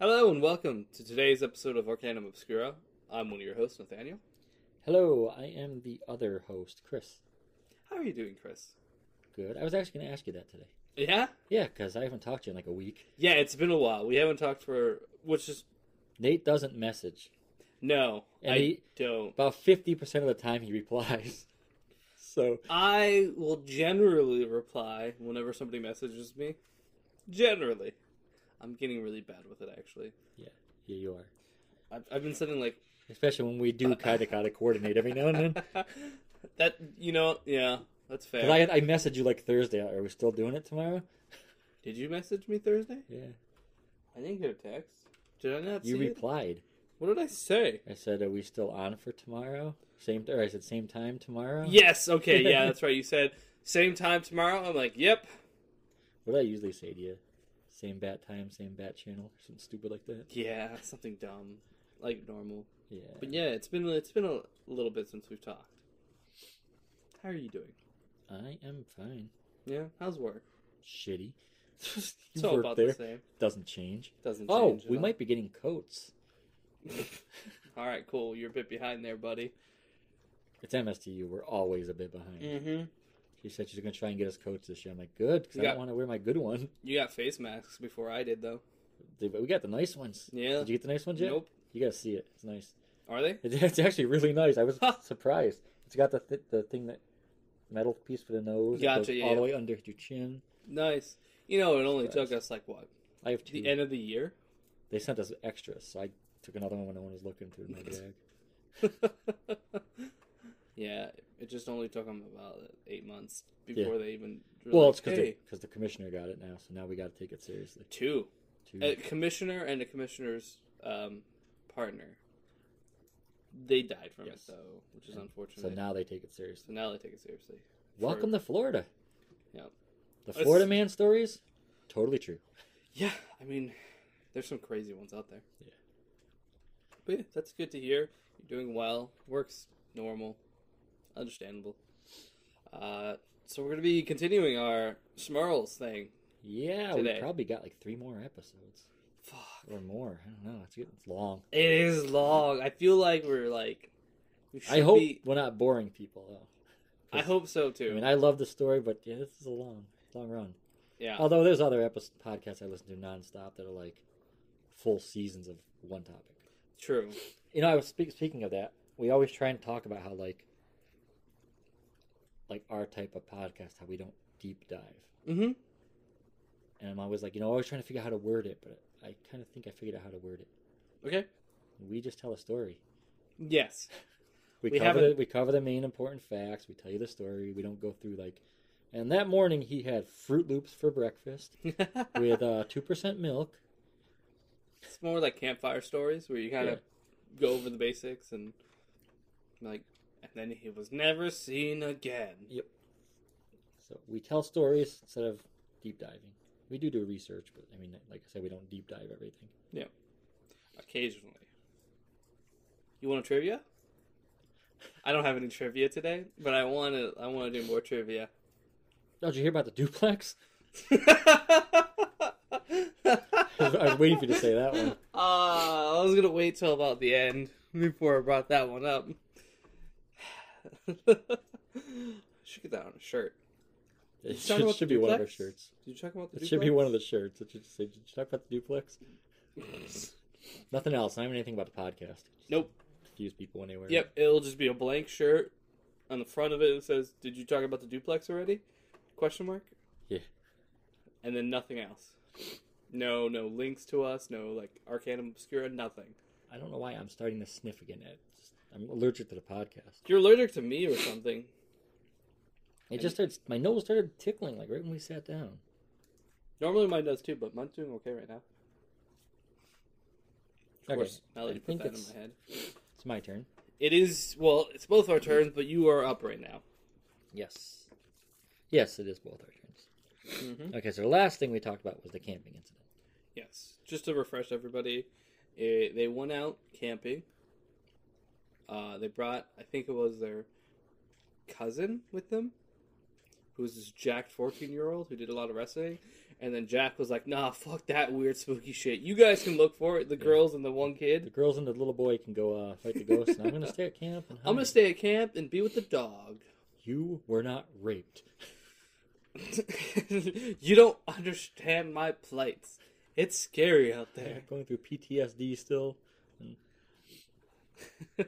Hello and welcome to today's episode of Arcanum Obscura. I'm one of your hosts, Nathaniel. Hello, I am the other host, Chris. How are you doing, Chris? Good. I was actually going to ask you that today. Yeah? Yeah, because I haven't talked to you in like a week. Yeah, it's been a while. We haven't talked for, which is, Nate doesn't message. no, And I he- don't. About 50% of the time he replies. So, I will generally reply whenever somebody messages me. Generally. I'm getting really bad with it, actually. here you are. I've, I've been sending like, Especially when we Uh, do kind of kind of coordinate every now and then. that, you know, yeah, that's fair. Because I, I messaged you like Thursday. Are we still doing it tomorrow? Did you message me Thursday? Yeah. I didn't get a text. Did I not You see it? replied. What did I say? I said, are we still on for tomorrow? Same, or I said, same time tomorrow? Yes. Okay. Yeah, that's right. You said same time tomorrow. I'm like, yep. What do I usually say to you? Same bat time, same bat channel, or something stupid like that. Yeah, something dumb, like normal. Yeah. But yeah, it's been it's been a little bit since we've talked. How are you doing? I am fine. Yeah. How's work? shitty. you It's all work about there. the same. Doesn't change. Doesn't. Oh, change at we all. might be getting coats. all right. Cool. You're a bit behind there, buddy. It's MSTU. We're always a bit behind. Mm-hmm. She said she's going to try and get us coats this year. I'm like, good, because You I got- don't want to wear my good one. You got face masks before I did, though. They- But we got the nice ones. Yeah. Did you get the nice ones yet? Nope. You got to see it. It's nice. Are they? It- It's actually really nice. I was Huh. surprised. It's got the th- the thing that metal piece for the nose. Gotcha, that goes yeah, All yeah. the way under your chin. Nice. You know, it only Surprise. took us like what I have two. the end of the year. They sent us extras, so I took another one when no one was looking through my bag. yeah, it just only took them about eight months Yeah. before they even. were Well, like, it's because "Hey, the commissioner got it now, so now we got to take it seriously. two, Two. a commissioner and a commissioner's um, partner. They died from Yes. it though, which is And unfortunate. So now they take it seriously. So now they take it seriously. Welcome to Florida. Yep. The It's- Florida man stories, totally true. Yeah, I mean, there's some crazy ones out there. Yeah. But yeah, that's good to hear. You're doing well. Work's normal, understandable. Uh, so we're gonna be continuing our Smurls thing. Yeah, Today. we probably got like three more episodes Fuck. or more. I don't know. It's getting it's long. It is long. I feel like we're like. We I should hope be- we're not boring people though. I hope so too. I mean, I love the story, but yeah, this is a long, long run. yeah. Although there's other epis podcasts I listen to nonstop that are like full seasons of one topic. True. You know, I was speak, speaking of that. We always try and talk about how like, like our type of podcast, how we don't deep dive. Mm-hmm. and I'm always like, you know, always trying to figure out how to word it, but I kind of think I figured out how to word it. Okay. We just tell a story. Yes. We, We cover the, haven't- we cover the main important facts. We tell you the story. We don't go through like. And that morning he had Fruit Loops for breakfast with uh, two percent milk. it's more like campfire stories where you kind of go over the basics and like, and then he was never seen again. So we tell stories instead of deep diving. We do do research, but I mean, like I said, we don't deep dive everything. Occasionally. You want a trivia? I don't have any trivia today, but I want to. I want to do more trivia. Oh, did you hear about the duplex? I was waiting for you to say that one. Ah, I was gonna wait till about the end before I brought that one up. should get that on a shirt. you It talk about should, the should be one of our duplex? shirts. Did you talk about the? It should be one of the shirts. It should say, "Did you talk about the duplex?" duplex? Nothing else. Not even anything about the podcast. Nope. Confuse people anywhere. Yep, it'll just be a blank shirt. On the front of it, it says, "Did you talk about the duplex already?" Question mark. Yeah. And then nothing else. No, no links to us. No, like Arcanum Obscura. Nothing. I don't know why I'm starting to sniff again. It just, I'm allergic to the podcast. You're allergic to me or something. It just started. My nose started tickling like right when we sat down. Normally mine does too, but mine's doing okay right now. Of Okay, course, now that I you put think that in it's- my head. It's my turn. It is well, it's both our turns, but you are up right now. Yes. Yes, it is both our turns. Mm-hmm. Okay, so the last thing we talked about was the camping incident. Yes, just to refresh everybody, eh, they went out camping. Uh, they brought, I think it was their cousin with them, who was this jacked 14 year old who did a lot of wrestling. And then Jack was like, nah, fuck that weird spooky shit. You guys can look for it, the Yeah. girls and the one kid. The girls and the little boy can go uh, fight the ghosts, and I'm gonna stay at camp. And I'm gonna hide. stay at camp and be with the dog. You were not raped. you don't understand my plight. It's scary out there. Going through PTSD still. And Ah,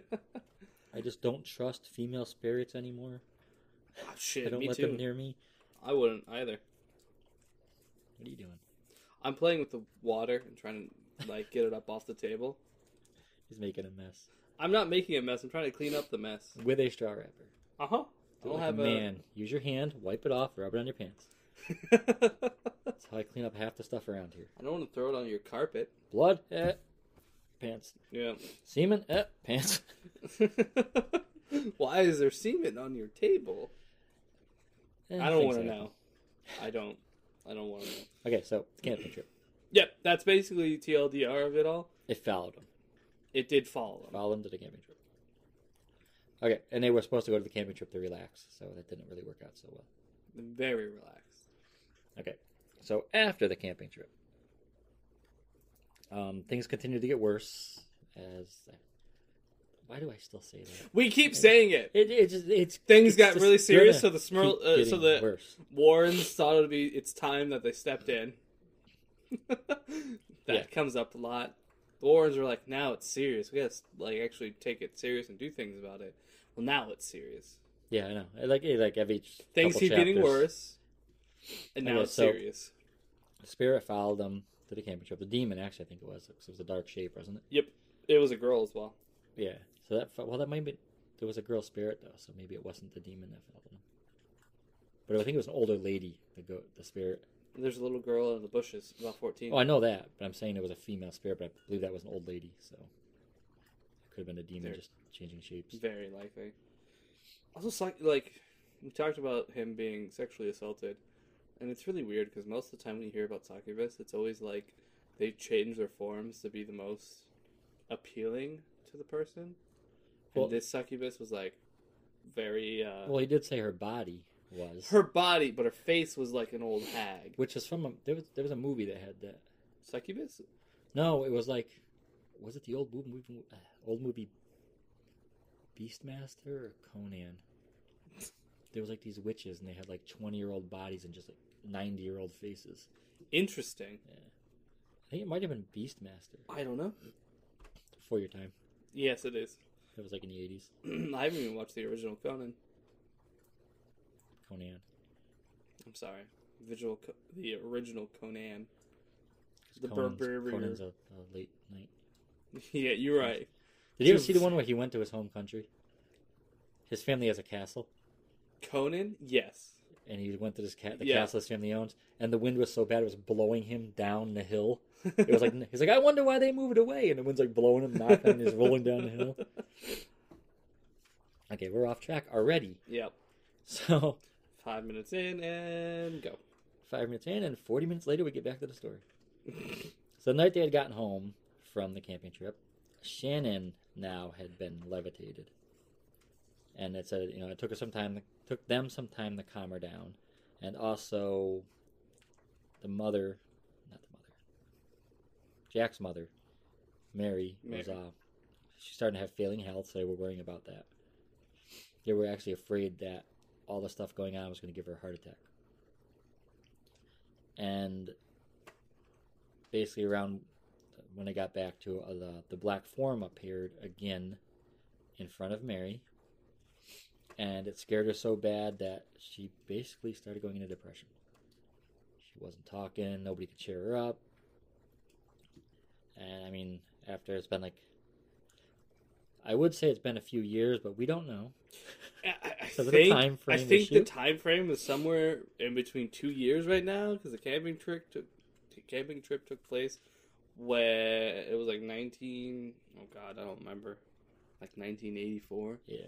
I just don't trust female spirits anymore. Oh, I shit, don't me let too. them near me. I wouldn't either. What are you doing? I'm playing with the water and trying to like get it up off the table. He's making a mess I'm not making a mess. I'm trying to clean up the mess. with a straw wrapper. Uh huh. Do it I'll like have a man. Use your hand, wipe it off, rub it on your pants. a. That's how I clean up half the stuff around here. I don't want to throw it on your carpet. Blood, eh, pants. Yeah. Semen, eh, pants. Why is there semen on your table? Eh, I don't things want to happen. know. I don't. I don't want to know. Okay, so it's a camping trip. Yep, that's basically TLDR of it all. It followed him. It did follow them. Followed him to the camping trip. Okay, and they were supposed to go to the camping trip to relax, so that didn't really work out so well. Very relaxed. Okay, so after the camping trip, um, things continued to get worse. As why do I still say that? We keep saying it. It, it just it's Things it's got just really serious, so the gonna Smurl, keep uh, so getting the worse. Warrens thought it'd be it's time that they stepped in. that Yeah. comes up a lot. The Warrens were like, now it's serious. We gotta like actually take it serious and do things about it. Well, now it's serious. Yeah, I know. I Like it- like every Things couple keep getting chapters, worse, and now Okay, it's so- serious. the Spirit followed them to the camping trip. The demon, actually, I think it was. 'cause it was a dark shape, wasn't it? It was a girl as well. Yeah. So that fo- well, that might be there was a girl spirit though, so maybe it wasn't the demon that followed them. But I think it was an older lady, the go the spirit. There's a little girl in the bushes, about fourteen. Oh, I know that, but I'm saying it was a female spirit, but I believe that was an old lady, so it could have been a demon There. just changing shapes. Very likely. Also, psych- like we talked about him being sexually assaulted, and it's really weird because most of the time when you hear about succubus, it's always like they change their forms to be the most appealing to the person. Well- and this succubus was like very uh, Well, he did say her body was, her body, but her face was like an old hag. which is from a there was there was a movie that had that. Succubus? No, it was like, was it the old movie, movie uh, old movie, Beastmaster or Conan? There was like these witches, and they had like twenty-year-old bodies and just like ninety-year-old faces. Interesting. I think it might have been Beastmaster I don't know. before your time. Yes, it is. That was like in the eighties. I haven't even watched the original Conan. Conan. I'm sorry, visual co- the original Conan. 'Cause The Conan's, Barbarian. Conan's a, a late night. yeah, you're right. Did you ever Dude. see the one where he went to his home country? His family has a castle, Conan? Yes. and he went to this ca- the Yeah. castle his family owns, and the wind was so bad it was blowing him down the hill. It was like he's like, I wonder why they moved away, and the wind's like blowing him, knocking him, and he's rolling down the hill. Okay, we're off track already. Yep. So Five minutes in and go. five minutes in, and forty minutes later, we get back to the story. so the night they had gotten home from the camping trip, Shannon now had been levitated, and it said, you know, it took us some time, took them some time to calm her down, and also the mother, not the mother, Jack's mother, Mary, was Mary. uh, she's starting to have failing health, so they were worrying about that. They were actually afraid that all the stuff going on was going to give her a heart attack. And basically, around when I got back to uh, the, the black form appeared again in front of Mary, and it scared her so bad that she basically started going into depression. She wasn't talking, nobody could cheer her up. And I mean, after it's been like, I would say it's been a few years, but we don't know. I, I- I So the think, time I frame think the issue? time frame is somewhere in between two years right now because the camping trip took the camping trip took place where it was like 19 oh god I don't remember like 1984 Yeah,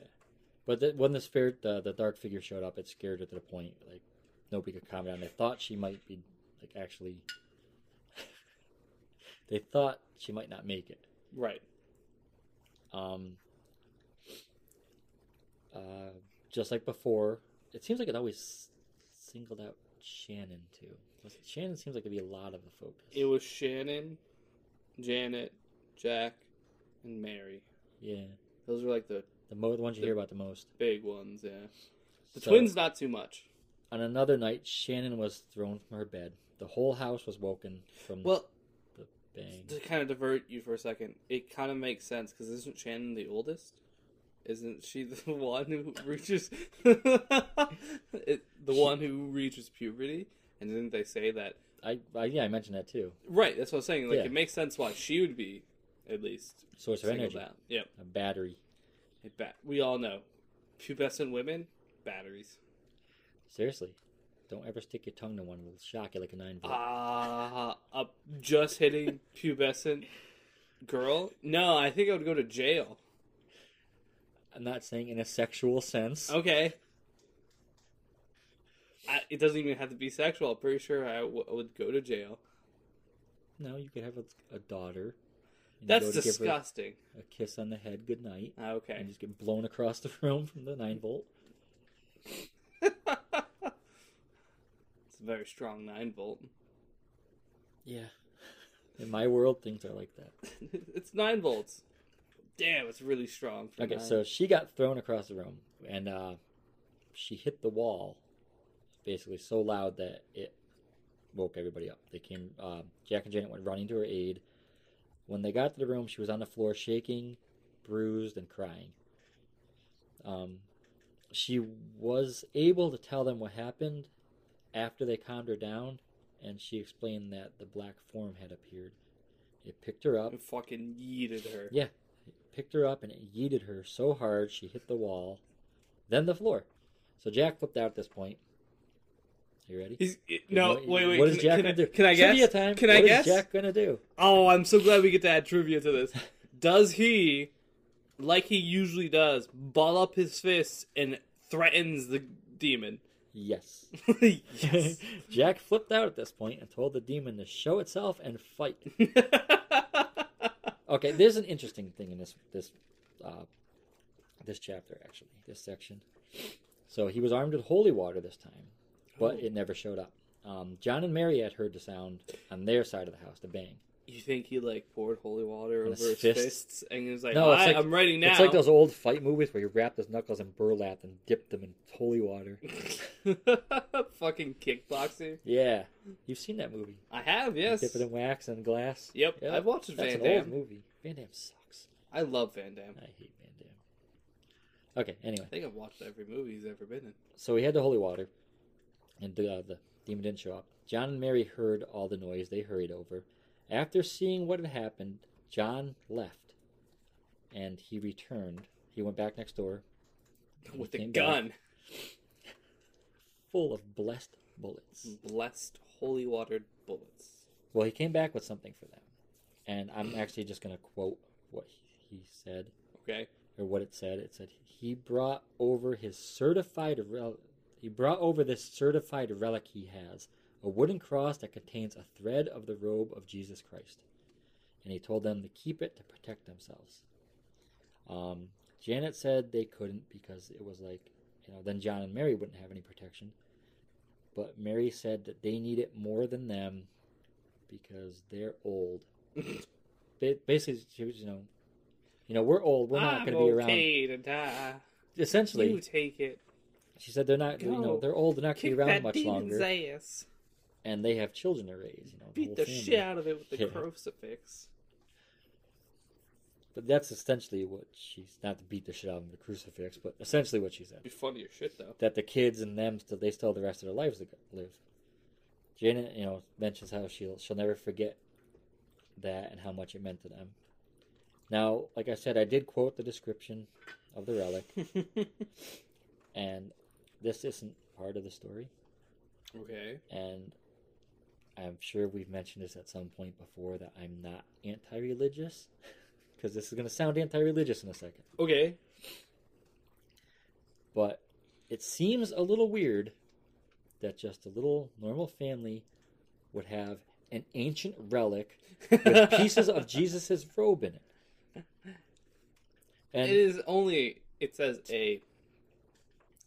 but the, when the spirit, the the dark figure showed up, it scared her to the point like nobody could calm her down. They thought she might be like actually. they thought she might not make it. right Um, uh, just like before, it seems like it always singled out Shannon too? Was- Shannon seems like to be a lot of the focus. It was Shannon, Janet, Jack, and Mary. yeah, Those were like the the, mo- the ones you The- hear about the most. big ones, yeah. The So, twins, not too much. On another night, Shannon was thrown from her bed. The whole house was woken from Well, the bang. to kind of divert you for a second, it kind of makes sense because isn't Shannon the oldest? Isn't she the one who reaches it, the one who reaches puberty? And didn't they say that? I, I yeah, I mentioned that too. Right, that's what I'm saying. Like Yeah. it makes sense why she would be at least Source of singled energy, out. Yep, a battery. it ba- we all know pubescent women batteries. Seriously, don't ever stick your tongue to one; it'll shock you like a nine volt. Ah, a just hitting pubescent girl. No, I think I would go to jail. I'm not saying in a sexual sense. Okay. I, it doesn't even have to be sexual. I'm pretty sure I w- would go to jail. No, you could have a, a daughter. and That's go to give her disgusting. A kiss on the head, good night, Ah, and Okay. just get blown across the room from the nine volt. it's a very strong 9 volt. Yeah. In my world, things are like that. it's 9 volts. Damn, it's really strong. For Okay, nine. so she got thrown across the room, and uh, she hit the wall, basically so loud that it woke everybody up. They came. Uh, Jack and Janet went running to her aid. When they got to the room, she was on the floor, shaking, bruised, and crying. Um, she was able to tell them what happened after they calmed her down, and she explained that the black form had appeared. It picked her up I fucking yeeted her. Yeah. picked her up and it yeeted her so hard she hit the wall, then the floor. So Jack flipped out at this point. You ready? He's, no, What- wait, wait. What can, is Jack can, I- gonna do? Can I guess? Trivia time. Can I What is guess? Jack gonna do? Oh, I'm so glad we get to add trivia to this. Does he, like he usually does, ball up his fists and threatens the demon? Yes. yes. Jack flipped out at this point and told the demon to show itself and fight. Okay, there's an interesting thing in this this uh, this chapter actually, this section. So he was armed with holy water this time, but Oh. it never showed up. Um, John and Mary had heard the sound on their side of the house, the bang. you think he like poured holy water And over his his fists. fists, and he was like, No, it's "Alright, like- I'm ready now." It's like those old fight movies where you wrap his knuckles in burlap and dip them in holy water. Fucking kickboxing. Yeah, you've seen that movie. I have, You yes. Dip it in wax and glass. Yep, Yeah, I've watched That's Van an Damme. old movie. Van Damme sucks. I love Van Damme. I hate Van Damme. Okay, anyway, I think I've watched every movie he's ever been in. so we had the holy water, and uh, the demon didn't show up. John and Mary heard all the noise. They hurried over. After seeing what had happened, John left, and he returned. He went back next door, He With a came back. gun. full of blessed bullets. Blessed holy watered bullets. Well, he came back with something for them. And I'm actually just going to quote what he said, Okay. or what it said. It said, He brought over his certified rel- He brought over this certified relic he has, a wooden cross that contains a thread of the robe of Jesus Christ. And he told them to keep it to protect themselves. Um, Janet said they couldn't because it was like, you know, then John and Mary wouldn't have any protection. But Mary said that they need it more than them because they're old. Ba- Basically, she was, you know, you know, we're old. We're not I'm going to be around. okay to die. Essentially, You take it. she said they're not, you know, Go. they're old. They're not going to Kick be around that much demon's longer, ass. and they have children to raise. You know, the whole Beat the family. shit out of it with the Yeah. crucifix. But that's essentially what she's not to beat the shit out of them, the crucifix, but essentially what she said. Be funny as shit though. that the kids and them still they still have the rest of their lives to go- live. Janet, you know, mentions how she'll she'll never forget that and how much it meant to them. Now, like I said, I did quote the description of the relic, and this isn't part of the story. okay. And I'm sure we've mentioned this at some point before that I'm not anti-religious, because this is going to sound anti-religious in a second. Okay. But it seems a little weird that just a little normal family would have an ancient relic with pieces of Jesus's robe in it. It And is only. It says a.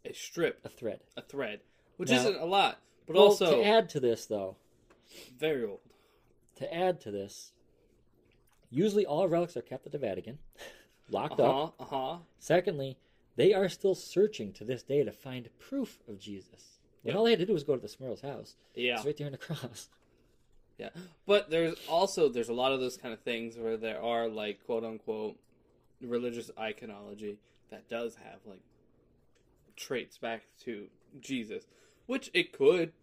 A strip, a thread. a thread which Now- isn't a lot, but Well, also to add to this, though, very old. to add to this, usually all relics are kept at the Vatican, Uh locked up. huh. Uh huh. Secondly, they are still searching to this day to find proof of Jesus. When Yep. all they had to do was go to the Smurls' house. Yeah. It's right there on the cross. Yeah, but there's also there's a lot of those kind of things where there are like quote unquote religious iconology that does have like traits back to Jesus, which it could,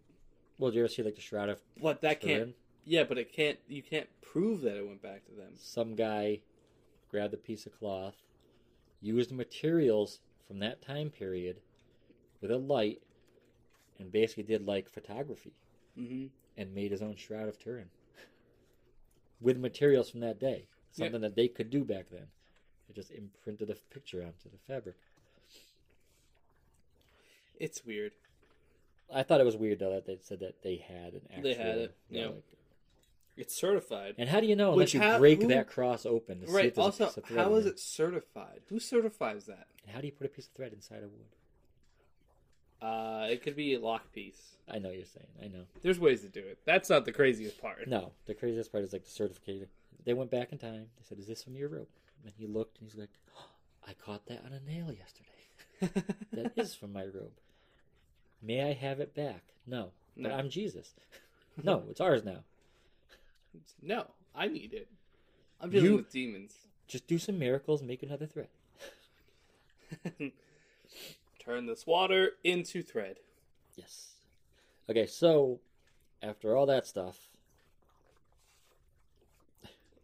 Well, do you ever see like the Shroud of but that can't. Turin? Yeah, but it can't. You can't prove that it went back to them. Some guy grabbed a piece of cloth, used materials from that time period with a light, and basically did like photography hmm and made his own Shroud of Turin with materials from that day. Yeah. Something that they could do back then. They just imprinted a picture onto the fabric. It's weird. I thought it was weird though that they said that they had an actual. They had it, yeah. relic. It's certified, And how do you know Which unless you how- break who- that cross open to see if right? there's a Also, piece of thread? how in is there? it certified? Who certifies that? And how do you put a piece of thread inside a wood? Uh, it could be a lock piece. I know you're saying. I know. There's ways to do it. That's not the craziest part. No, the craziest part is like the certificate. They went back in time. They said, "Is this from your rope?" And he looked, and he's like, "Oh, "I caught that on a nail yesterday. That is from my robe. May I have it back? No, but No. I'm Jesus. No, it's ours now. No, I need it. I'm dealing You- with demons. Just do some miracles, make another thread. Turn this water into thread. Yes. Okay, so after all that stuff,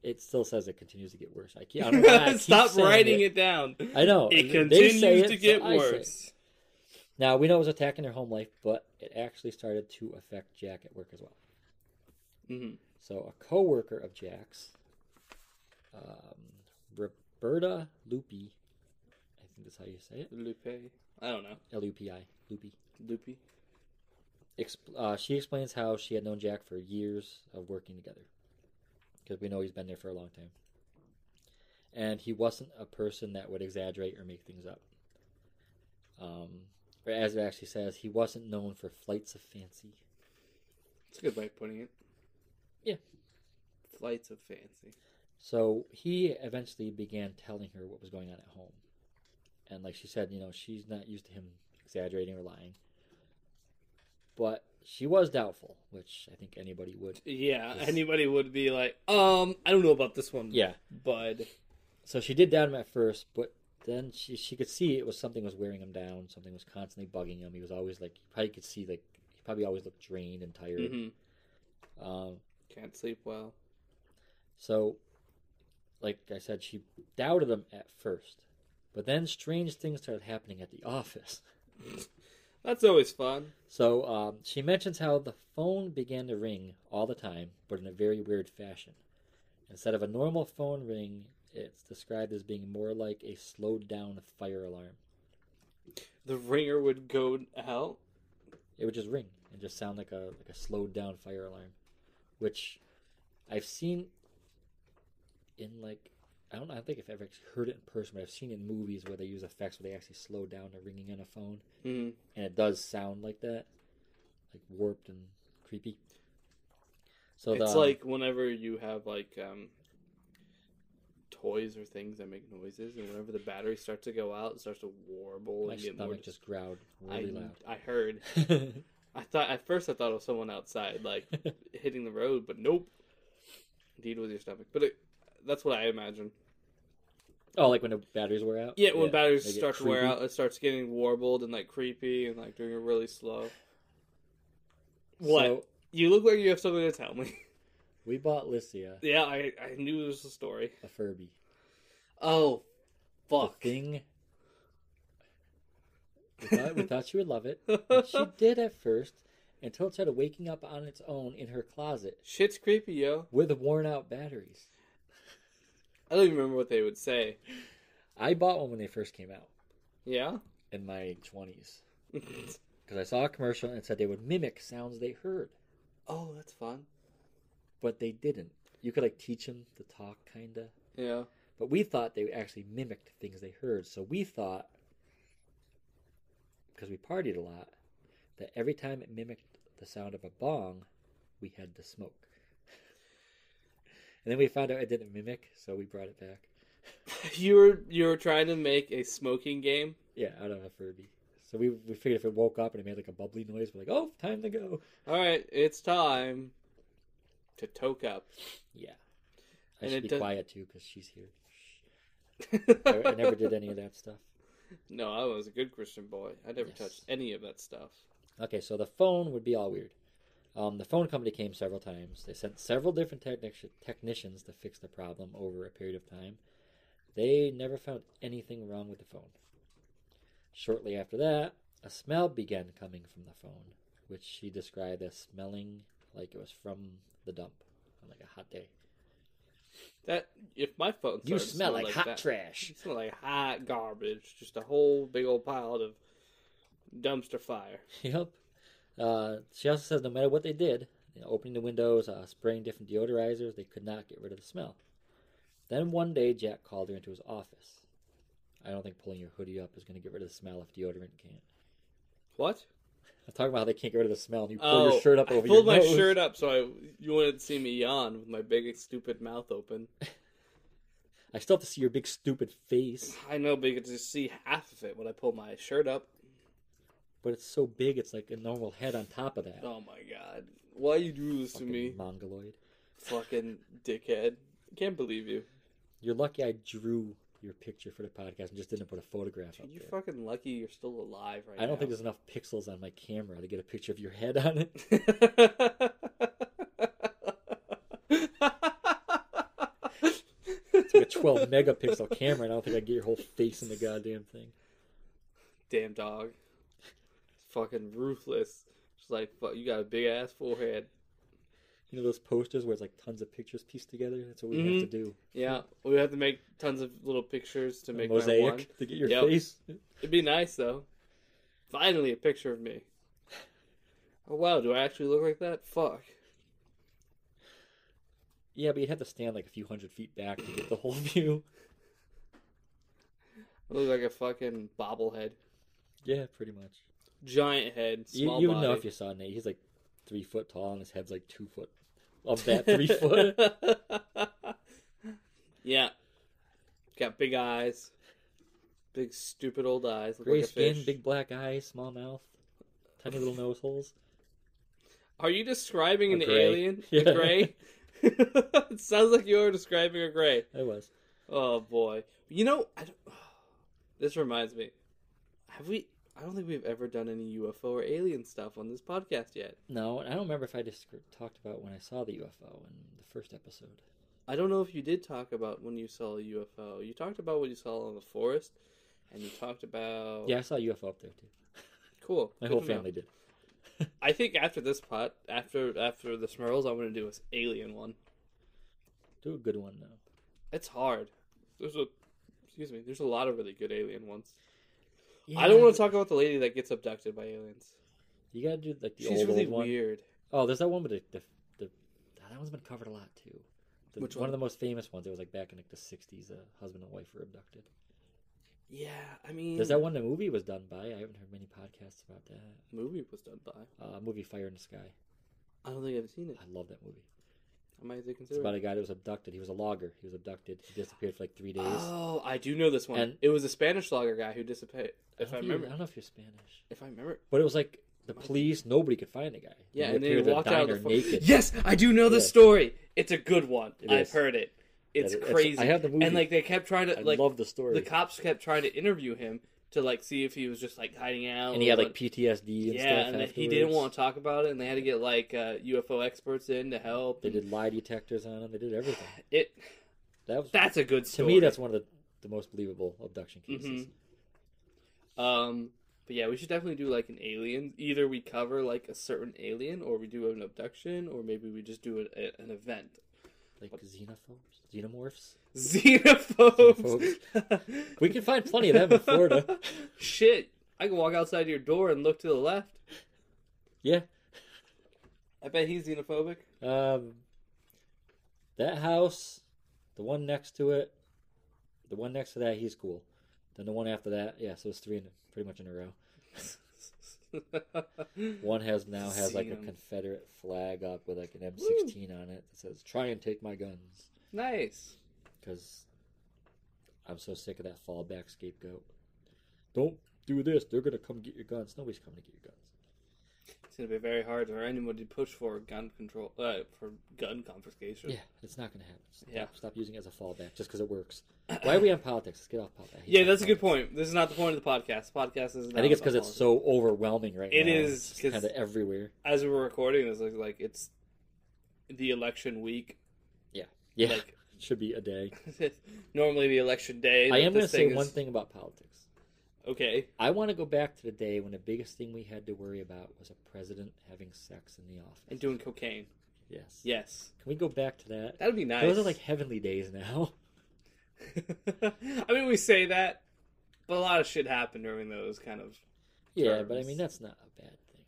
it still says it continues to get worse. I can't. I don't know why I keep Stop saying writing it. down. I know. It They say continues it, to so get I say it. worse. Now we know it was attacking their home life, but it actually started to affect Jack at work as well. Mhm. So a coworker of Jack's, um, Roberta Lupi, I think that's how you say it, Lupe. I don't know. L U P I, Lupi. Lupe. Expl- uh, she explains how she had known Jack for years of working together, because we know he's been there for a long time, and he wasn't a person that would exaggerate or make things up. Um, or as it actually says, he wasn't known for flights of fancy. It's a good way of putting it. Yeah. Flights of fancy. So he eventually began telling her what was going on at home. And like she said, you know, she's not used to him exaggerating or lying. But she was doubtful, which I think anybody would. Yeah, Yes. anybody would be like, um, I don't know about this one. Yeah. Bud. So she did doubt him at first, but then she she could see it was something was wearing him down, something was constantly bugging him. He was always like you probably could see like he probably always looked drained and tired. hmm Um Can't sleep well. So, like I said, she doubted him at first, but then strange things started happening at the office. That's always fun. So um, she mentions how the phone began to ring all the time, but in a very weird fashion. Instead of a normal phone ring, it's described as being more like a slowed down fire alarm. The ringer would go out. It would just ring and just sound like a like a slowed down fire alarm, which I've seen in like I don't know, I don't think I've ever heard it in person, but I've seen it in movies where they use effects where they actually slow down the ringing on a phone, Mm-hmm. and it does sound like that, like warped and creepy. So it's the, um, like whenever you have like um, toys or things that make noises, and whenever the battery starts to go out, it starts to warble my and get more. stomach just growled I, really I heard. loud. I thought at first I thought it was someone outside, like hitting the road, but nope. Indeed, with your stomach, but it, that's what I imagine. oh, like when the batteries wear out. Yeah, when batteries they get start to wear creepy. out, it starts getting warbled and like creepy and like doing it really slow. What? So you look like you have something to tell me. we bought Lycia yeah, I I knew there was a story. a Furby. Oh, fuck. The thing. We thought, we thought she would love it. And she did at first until it started waking up on its own in her closet Shit's creepy, yo. with worn out batteries. I don't even remember what they would say. I bought one when they first came out Yeah? in my 20s because I saw a commercial and it said they would mimic sounds they heard, oh, that's fun. but they didn't. You could like teach them to talk, kind of. Yeah. But we thought they actually mimicked things they heard. So we thought, because we partied a lot, that every time it mimicked the sound of a bong, we had to smoke. And then we found out it didn't mimic, so we brought it back. You were you were trying to make a smoking game. Yeah, I don't have Furby. So we, we figured if it woke up and it made like a bubbly noise, we're like, oh, time to go. All right, it's time to toke up. Yeah. I And it should be does- quiet too because she's here. I, I never did any of that stuff. No, I was a good Christian boy. I never Yes. touched any of that stuff. Okay, so the phone would be all weird. Um, the phone company came several times. They sent several different technic- technicians to fix the problem over a period of time. They never found anything wrong with the phone. Shortly after that, a smell began coming from the phone, which she described as smelling like it was from the dump on like a hot day. That if my phone You started to smell like, hot that, trash. It smelled like hot garbage, just a whole big old pile of dumpster fire. Yep. Uh, she also says no matter what they did, you know, opening the windows, uh, spraying different deodorizers, they could not get rid of the smell. Then one day, Jack called her into his office. I don't think pulling your hoodie up is going to get rid of the smell if deodorant can't. What? I'm talking about how they can't get rid of the smell, and you pull Oh, your shirt up I over pulled your my nose. shirt up so I you wanted to see me yawn with my big stupid mouth open. I still have to see your big stupid face, I know, but you could just see half of it when I pulled my shirt up. but it's so big, it's like a normal head on top of that. Oh my god, why you do this to Fucking me, mongoloid. fucking dickhead? Can't believe you. You're lucky I drew your picture for the podcast and just didn't put a photograph up Dude, you're there. fucking lucky you're still alive right I don't now. think there's enough pixels on my camera to get a picture of your head on it. it's like a 12 megapixel camera, and I don't think I get your whole face in the goddamn thing. Damn dog. Fucking ruthless. Just like, fuck, you got a big ass forehead. You know those posters where it's like tons of pictures pieced together? That's what we have to do. Yeah, we have to make tons of little pictures Mm-hmm. to A make my one. mosaic to get your Yep. face. It'd be nice though. Finally, a picture of me. Oh wow, do I actually look like that? Fuck. Yeah, but you'd have to stand like a few hundred feet back to get the whole view. I look like a fucking bobblehead, Yeah, pretty much. giant head, You, small you would body. know if you saw Nate. He's like three foot tall, and his head's like two foot. Of that three foot. yeah. Got big eyes. Big stupid old eyes. Look Gray like a skin, fish. big black eyes, small mouth, tiny little nose holes. Are you describing A an gray. alien? Yeah. A gray? it sounds like you are describing a gray. I was. Oh boy. You know, I don't, this reminds me. Have we? I don't think we've ever done any UFO or alien stuff on this podcast yet. No, and I don't remember if I just talked about when I saw the UFO in the first episode. I don't know if you did talk about when you saw a UFO. You talked about what you saw in the forest, and you talked about Yeah, I saw a UFO up there too. cool. My Good whole to know. family did. I think after this pot, after after the Smurls, I'm gonna do this alien one. Do a good one though. It's hard. There's a excuse me. There's a lot of really good alien ones. I don't want to talk about the lady that gets abducted by aliens. You gotta do like the She's old really old one. weird. Oh, there's that one, but the, the, the ah, that one's been covered a lot too. The, Which one? of the most famous ones? It was like back in like the '60s. A husband and wife were abducted. Yeah, I mean, There's that one. The movie was done by. I haven't heard many podcasts about that. movie was done by. Uh, movie Fire in the Sky. I don't think I've seen it. I love that movie. I might have to It's consider. about it. a guy that was abducted. He was a logger. He was abducted. He disappeared for like three days. Oh, I do know this one. And- it was a Spanish logger guy who disappeared. I If don't I think he- remember, I don't know if he was Spanish, if I remember, but it was like the Might be. police. Nobody could find the guy. yeah. he And then he appeared at a walked out of diner the naked. Yes, I do know this Yes. story. It's a good one. It I've is. heard it. It's That- that's- crazy. I have the movie. and like they kept trying to I like love the story. the cops kept trying to interview him to like see if he was just like hiding out. and he had or like what- PTSD and yeah, stuff. and he didn't afterwards. want to talk about it, and they had to get like uh, UFO experts in to help. They and did lie detectors on him. They did everything. it. That was That's a good to story me. That's one of the, the most believable abduction cases. Mhm. Um, but yeah, we should definitely do like an alien. Either we cover like a certain alien, or we do an abduction, or maybe we just do a, a- an event. Mm-hmm. Like xenophobes, xenomorphs. Xenophobes. We can find plenty of them in Florida. Shit, I can walk outside your door and look to the left. Yeah. I bet he's xenophobic. Um, that house, the one next to it, the one next to that, he's cool. Then the one after that, yeah. So it's three in, pretty much in a row. One has now has like a Seen 'em. Confederate flag up with like an M16 on it that says "Try and take my guns" nice. because I'm so sick of that fallback scapegoat. Don't do this; they're gonna come get your guns. Nobody's coming to get your guns. It's gonna be very hard for anyone to push for gun control, uh, for gun confiscation. Yeah, it's not gonna happen. Stop, Yeah. stop using it as a fallback just because it works. Why are we on politics? Let's get off politics. I hate Yeah, that's a good politics. point. This is not the point of the podcast. The podcast is. I think it's because it's so overwhelming right It now. is, It's 'cause- kind of everywhere. as we were recording this, like, like it's the election week. Yeah, Like should be a day. normally the election day. I but am gonna this say is- one thing about politics. Okay. I want to go back to the day when the biggest thing we had to worry about was a president having sex in the office. And doing cocaine. yes. Yes, Can we go back to that? that'd be nice. Those are like heavenly days now. I mean, we say that, but a lot of shit happened during those kind of. Yeah, but I Terms. mean that's not a bad thing.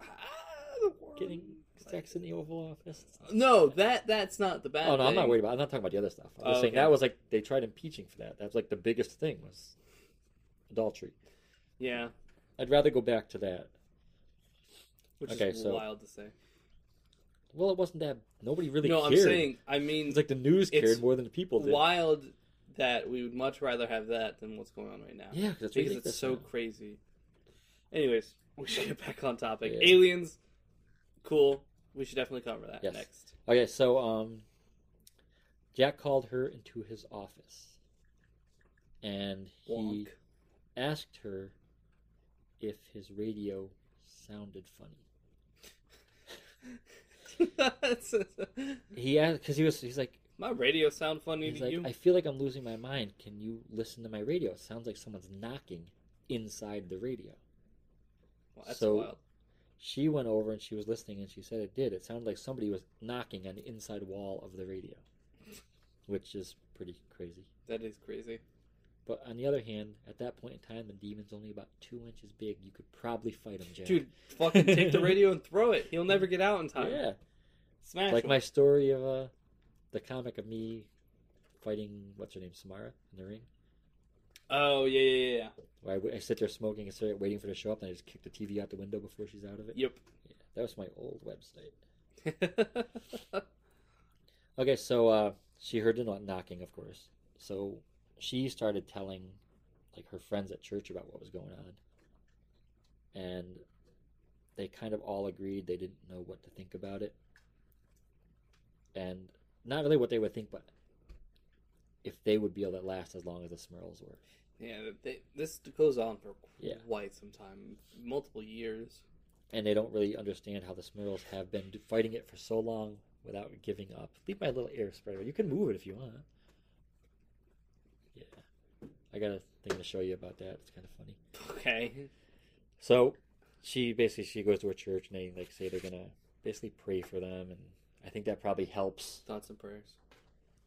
Ah, the world. Getting sex in the Oval Office. it's not No, bad. that that's not the bad. Oh no, I'm thing. not worried about. I'm not talking about the other stuff. I'm just Oh, saying okay. that was like they tried impeaching for that. That was like the biggest thing was adultery. Yeah, I'd rather go back to that. which Okay, is so- wild to say. Well, it wasn't that. Nobody really no, cared. I'm saying. I mean, it's like the news It's cared more than the people did. wild that we would much rather have that than what's going on right now. Yeah, 'cause it's because ridiculous it's so now. crazy. Anyways, we should get back on topic. Yeah. Aliens, cool. We should definitely cover that Yes. next. Okay, so um, Jack called her into his office, and he Wonk. asked her if his radio sounded funny. That's- He asked because he was he's like My radio sound funny he's to like you? I feel like I'm losing my mind. Can you listen to my radio? It sounds like someone's knocking inside the radio. Well, that's so- wild. She went over and she was listening, and she said it did. It sounded like somebody was knocking on the inside wall of the radio, which is pretty crazy. That is crazy. But on the other hand, at that point in time, the demon's only about two inches big. You could probably fight him, Jack. Dude, uh, fucking take the radio and throw it. He'll never get out in time. yeah, Smash like him. my story of uh, the comic of me fighting what's her name, Samara, in the ring. Oh, yeah, yeah, yeah. Where I, w- I sit there smoking and start waiting for her to show up, and I just kick the TV out the window before she's out of it. Yep. Yeah, that was my old website. yeah. Okay, so uh, she heard the kno- knocking, of course. So she started telling like her friends at church about what was going on, and they kind of all agreed they didn't know what to think about it, and not really what they would think, but if they would be able to last as long as the Smurls were. yeah, they, this goes on for Yeah. quite some time. Multiple years. and they don't really understand how the Smurfs have been d- fighting it for so long without giving up. Leave my little air spreader. You can move it if you want. Yeah, I got a thing to show you about that. It's kind of funny. Okay. So she basically she goes to a church and they like say they're gonna basically pray for them, and I think that probably helps. Thoughts and prayers.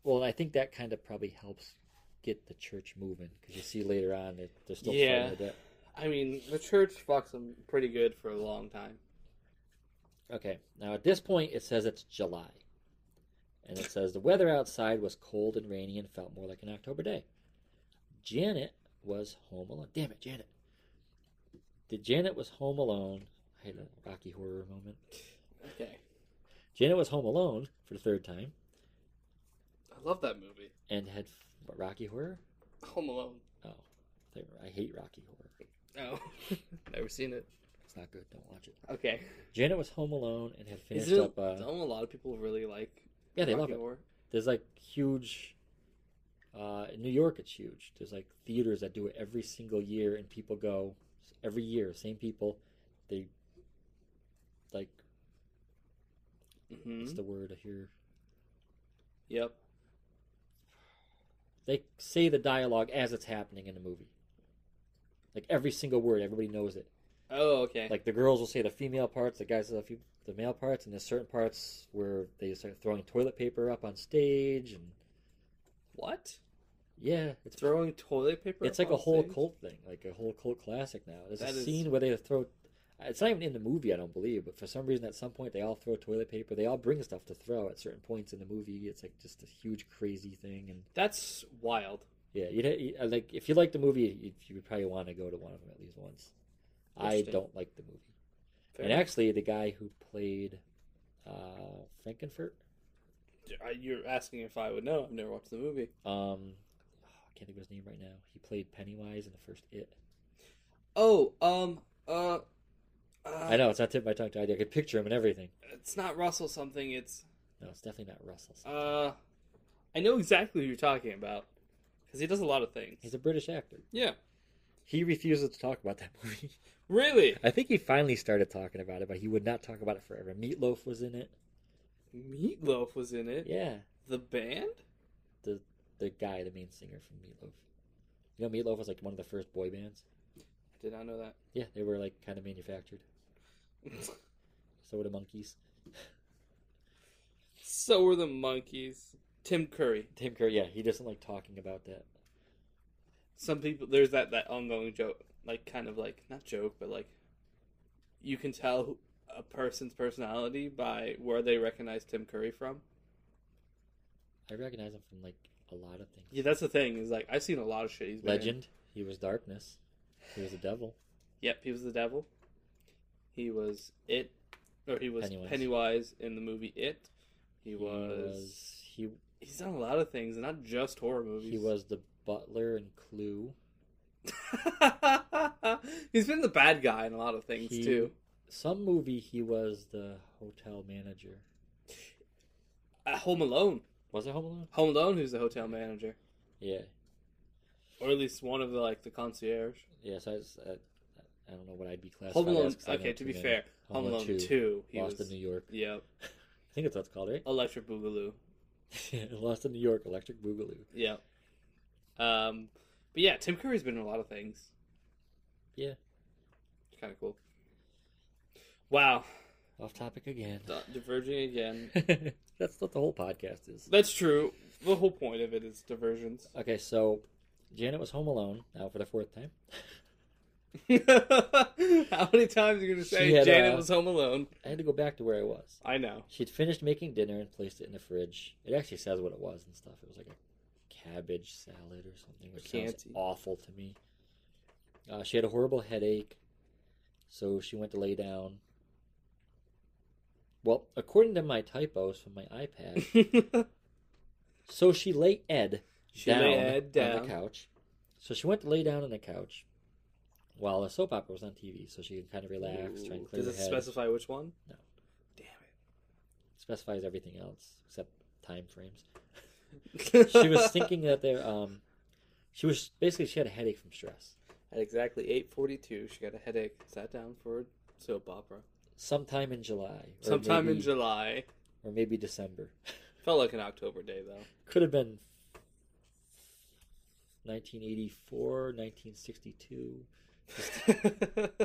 Well, I think that kind of probably helps get the church moving because you see later on that they're still Yeah. fighting with that. I mean, the church fucks them pretty good for a long time. Okay. Now at this point, it says it's July, and it says the weather outside was cold and rainy and felt more like an October day. Janet was home alone. Damn it, Janet. The Janet was home alone. I had a Rocky Horror moment. Okay. Janet was home alone for the third time I love that movie. and had what, Rocky Horror. Home Alone. Oh, I hate Rocky Horror. Oh. Never seen it. It's not good. Don't watch it. Okay. Janet was home alone and had finished Is it, up. Uh, don't a lot of people really like yeah, they Rocky love it. Horror? there's like huge uh, in new york it's huge there's like theaters that do it every single year and people go every year same people they like hmm Mm-hmm. what's the word here Yep. they say the dialogue as it's happening in the movie like every single word everybody knows it Oh, okay. like the girls will say the female parts the guys will say the male parts and there's certain parts where they start throwing toilet paper up on stage and what? yeah it's Throwing toilet paper? It's up like on a whole stage? cult thing, like a whole cult classic now. There's That a is- scene where they throw. It's not even in the movie, I don't believe, but for some reason, at some point, they all throw toilet paper. They all bring stuff to throw at certain points in the movie. It's like just a huge, crazy thing. And That's wild. uh, yeah, you'd, you like if you like the movie, you, you would probably want to go to one of them at least once. I Interesting. don't like the movie. Fair and enough. actually, the guy who played uh, Frankenfurt, I- You're asking if I would know. I've never watched the movie. um, I can't think of his name right now. He played Pennywise in the first It. Oh, um, uh, uh Ah. I know it's not tip of my tongue. I could picture him and everything. it's not Russell something. It's No, it's definitely not Russell. uh, I know exactly who you're talking about because he does a lot of things. He's a British actor. Yeah, He refuses to talk about that movie. really. I think he finally started talking about it, but he would not talk about it forever. Meatloaf was in it. Meatloaf was in it. Yeah, The band. the guy, the main singer from Meatloaf. You know, Meatloaf was like one of the first boy bands. I did not know that. Yeah, they were like kind of manufactured. So were the monkeys. so were the monkeys. Tim Curry. Tim Curry, yeah, he doesn't like talking about that. Some people there's that that ongoing joke, like kind of like not joke, but like you can tell a person's personality by where they recognize Tim Curry from. I recognize him from like a lot of things. Yeah, that's the thing. Is like I've seen a lot of shit. He's been in. Legend, he was darkness. He was a devil. Yep, he was the devil. He was it, or he was Pennywise. Pennywise, in the movie It. He was. he He's done a lot of things, and not just horror movies. he was the butler in Clue. he's been the bad guy in a lot of things He- too. Some movie he was the hotel manager. Uh, Home Alone. Was it Home Alone? Home Alone. Who's the hotel manager, Yeah, or at least one of the like the concierge. yeah. So I, was, uh, I don't know what I'd be classified. Home Alone. as 'cause I know Okay, to too be many. fair, Home, Alone Two. he Lost was. in New York. Yep. I think that's what it's called, right? Electric Boogaloo. Lost in New York, Electric Boogaloo. Yep. Um, but yeah, Tim Curry's been in a lot of things. Yeah. It's kind of cool. Wow. Off topic again. di- Diverging again. That's what the whole podcast is. That's true. The whole point of it is diversions. Okay, so Janet was home alone now for the fourth time. How many times are you going to say She had, Janet uh, was home alone? I had to go back to where I was. I know. She'd finished making dinner and placed it in the fridge. It actually says what it was and stuff. It was like a cabbage salad or something, which sounds Chianti. awful to me. Uh, she had a horrible headache, so she went to lay down. Well, according to my typos from my iPad, so she lay Ed she lay head on the down. couch. So she went to lay down on the couch while a soap opera was on TV, so she could kind of relax, try and Ooh, clear Does her it head. specify which one? No. Damn specifies everything else except time frames. it. She was thinking that there, um, she was basically she had a headache from stress. At exactly 8.42, she got a headache, sat down for a soap opera. Sometime in July, or Sometime maybe, in July. or maybe December. Felt like an October day, though. Could have been 1984, 1962.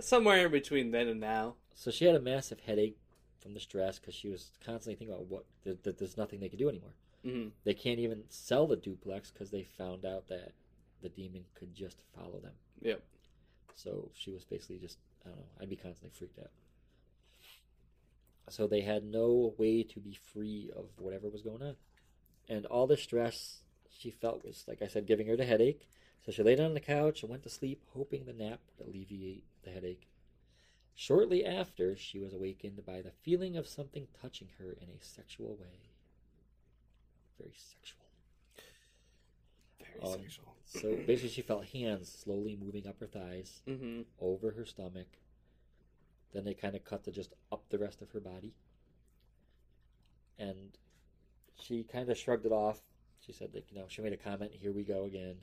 Somewhere in between then and now. So she had a massive headache from the stress because she was constantly thinking about what that, that there's nothing they could do anymore. Mm-hmm. They can't even sell the duplex because they found out that the demon could just follow them. Yep. So she was basically just, I don't know, I'd be constantly freaked out. So they had no way to be free of whatever was going on. And all the stress she felt was, like I said, giving her the headache. So she lay down on the couch and went to sleep, hoping the nap would alleviate the headache. Shortly after, she was awakened by the feeling of something touching her in a sexual way. Very sexual. Very Um, sexual. So basically, she felt hands slowly moving up her thighs Mm-hmm. over her stomach. Then they kind of cut to just up the rest of her body. And she kind of shrugged it off. She said, like, you know, she made a comment, here we go again.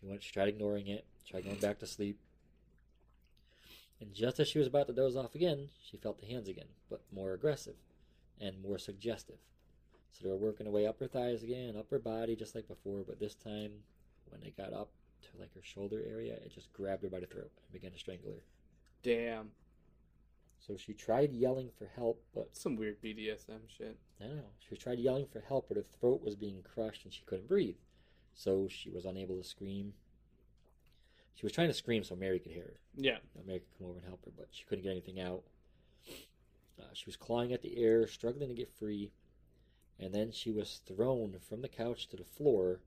She went, she tried ignoring it, tried going back to sleep. And just as she was about to doze off again, she felt the hands again, but more aggressive and more suggestive. So they were working their way up her thighs again, up her body, just like before, but this time, when they got up to like her shoulder area, it just grabbed her by the throat and began to strangle her. Damn. So she tried yelling for help, but Some weird BDSM shit. I don't know. She tried yelling for help, but her throat was being crushed and she couldn't breathe. So she was unable to scream. She was trying to scream so Mary could hear her. Yeah. Now, Mary could come over and help her, but she couldn't get anything out. Uh, she was clawing at the air, struggling to get free, and then she was thrown from the couch to the floor.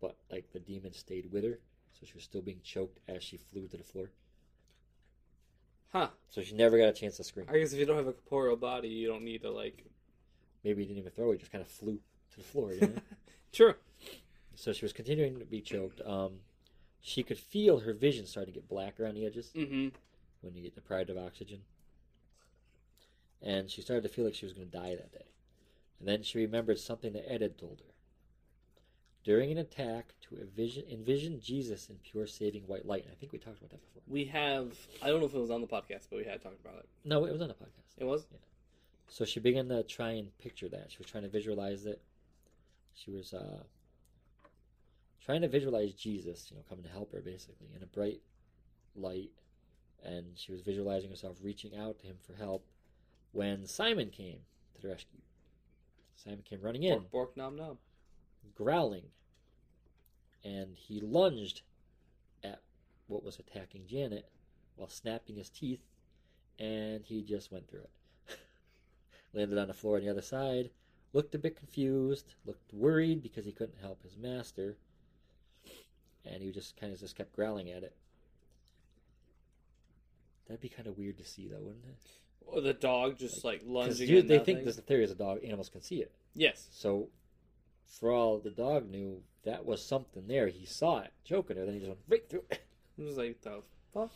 But like the demon stayed with her, so she was still being choked as she flew to the floor. Huh. So she never got a chance to scream. I guess if you don't have a corporeal body, you don't need to like. Maybe he didn't even throw it; just kind of flew to the floor. You know? Sure. so she was continuing to be choked. Um, she could feel her vision starting to get black around the edges Mm-hmm. when you get deprived of oxygen, and she started to feel like she was going to die that day. And then she remembered something that Ed had told her. During an attack, to envision, envision Jesus in pure saving white light. And I think we talked about that before. We have. I don't know if it was on the podcast, but we had talked about it. No, it was on the podcast. It was. So she began to try and picture that. She was trying to visualize it. She was uh, trying to visualize Jesus, you know, coming to help her basically in a bright light. And she was visualizing herself reaching out to him for help when Simon came to the rescue. Simon came running in, Bork, bork nom nom. growling, and he lunged at what was attacking Janet while snapping his teeth, and he just went through it landed on the floor on the other side, looked a bit confused, looked worried because he couldn't help his master, and he just kind of just kept growling at it. That'd be kind of weird to see, though, wouldn't it? Or the dog just like, Because lunging. you- at they nothing. think there's the theory is the dog animals can see it. Yes. So, for all the dog knew, that was something there. He saw it choking her, then he just went right through. it. It was like the fuck.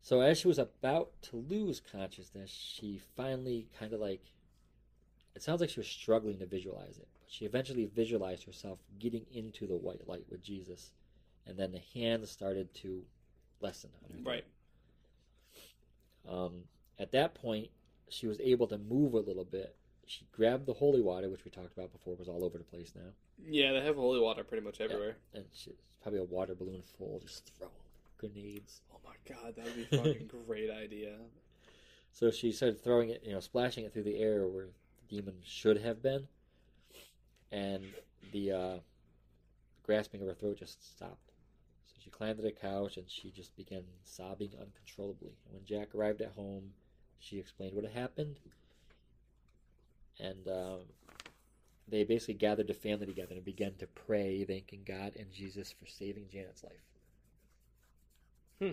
So as she was about to lose consciousness, she finally kind of like it sounds like she was struggling to visualize it, but she eventually visualized herself getting into the white light with Jesus, and then the hand started to lessen on her. Right. Um, at that point, she was able to move a little bit. She grabbed the holy water, which we talked about before, was all over the place now, Yeah, they have holy water pretty much everywhere. and she, it's probably a water balloon full, just throwing grenades. Oh my god, that would be a fucking great idea. So she started throwing it, you know, splashing it through the air where the demon should have been, and the uh, grasping of her throat just stopped. So she climbed to the couch and she just began sobbing uncontrollably. And when Jack arrived at home, she explained what had happened, and um, they basically gathered the family together and began to pray, thanking God and Jesus for saving Janet's life. Hmm.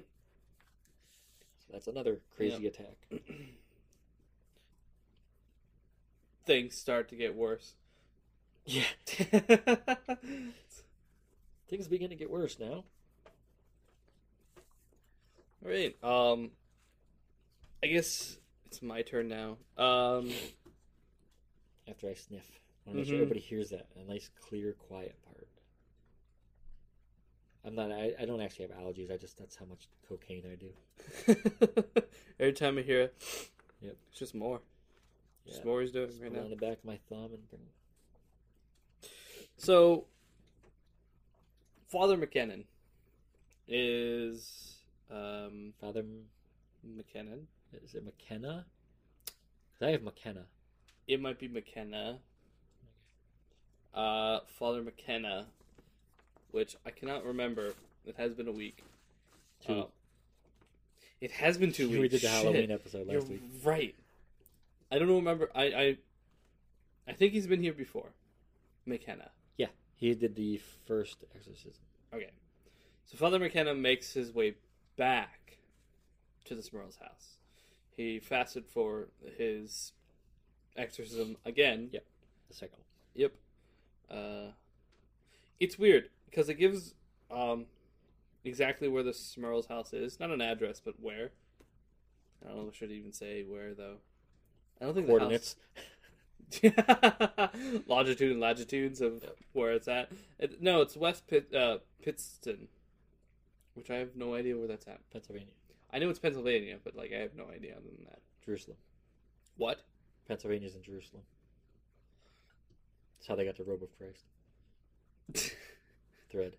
So that's another crazy attack. Things start to get worse. Yeah, All things begin to get worse now. right. Um, I guess it's my turn now. Um, After I sniff, I want to make sure Mhm. everybody hears that. A nice, clear, quiet part. I'm not. I, I don't actually have allergies. I just that's how much cocaine I do. every time I hear it, Yep. it's just more. Just Yeah. more he's doing Just right put it now. on the back of my thumb and bring. So, Father McKinnon is um Father, M- McKinnon. is it McKenna? 'Cause I have McKenna. It might be McKenna. Uh, Father McKenna, which I cannot remember. It has been a week. Two. Uh, it has been two weeks. Oh. we did the Shit. Halloween episode last You're week. right. I don't remember. I, I I think he's been here before. McKenna. Yeah, he did the first exorcism. Okay. So Father McKenna makes his way back to the Smurls' house. He fasted for his exorcism again. Yeah. The second one. Yep. Uh, it's weird because it gives um, exactly where the Smurls' house is. Not an address, but where. I don't know if I should even say where though. I don't think the house- Coordinates. longitude and latitudes of where it's at. It, no, it's West Pitt, uh, Pittston, which I have no idea where that's at. Pennsylvania, I know it's Pennsylvania, but like I have no idea other than that. Jerusalem. What? Pennsylvania's in Jerusalem. That's how they got the robe of Christ thread.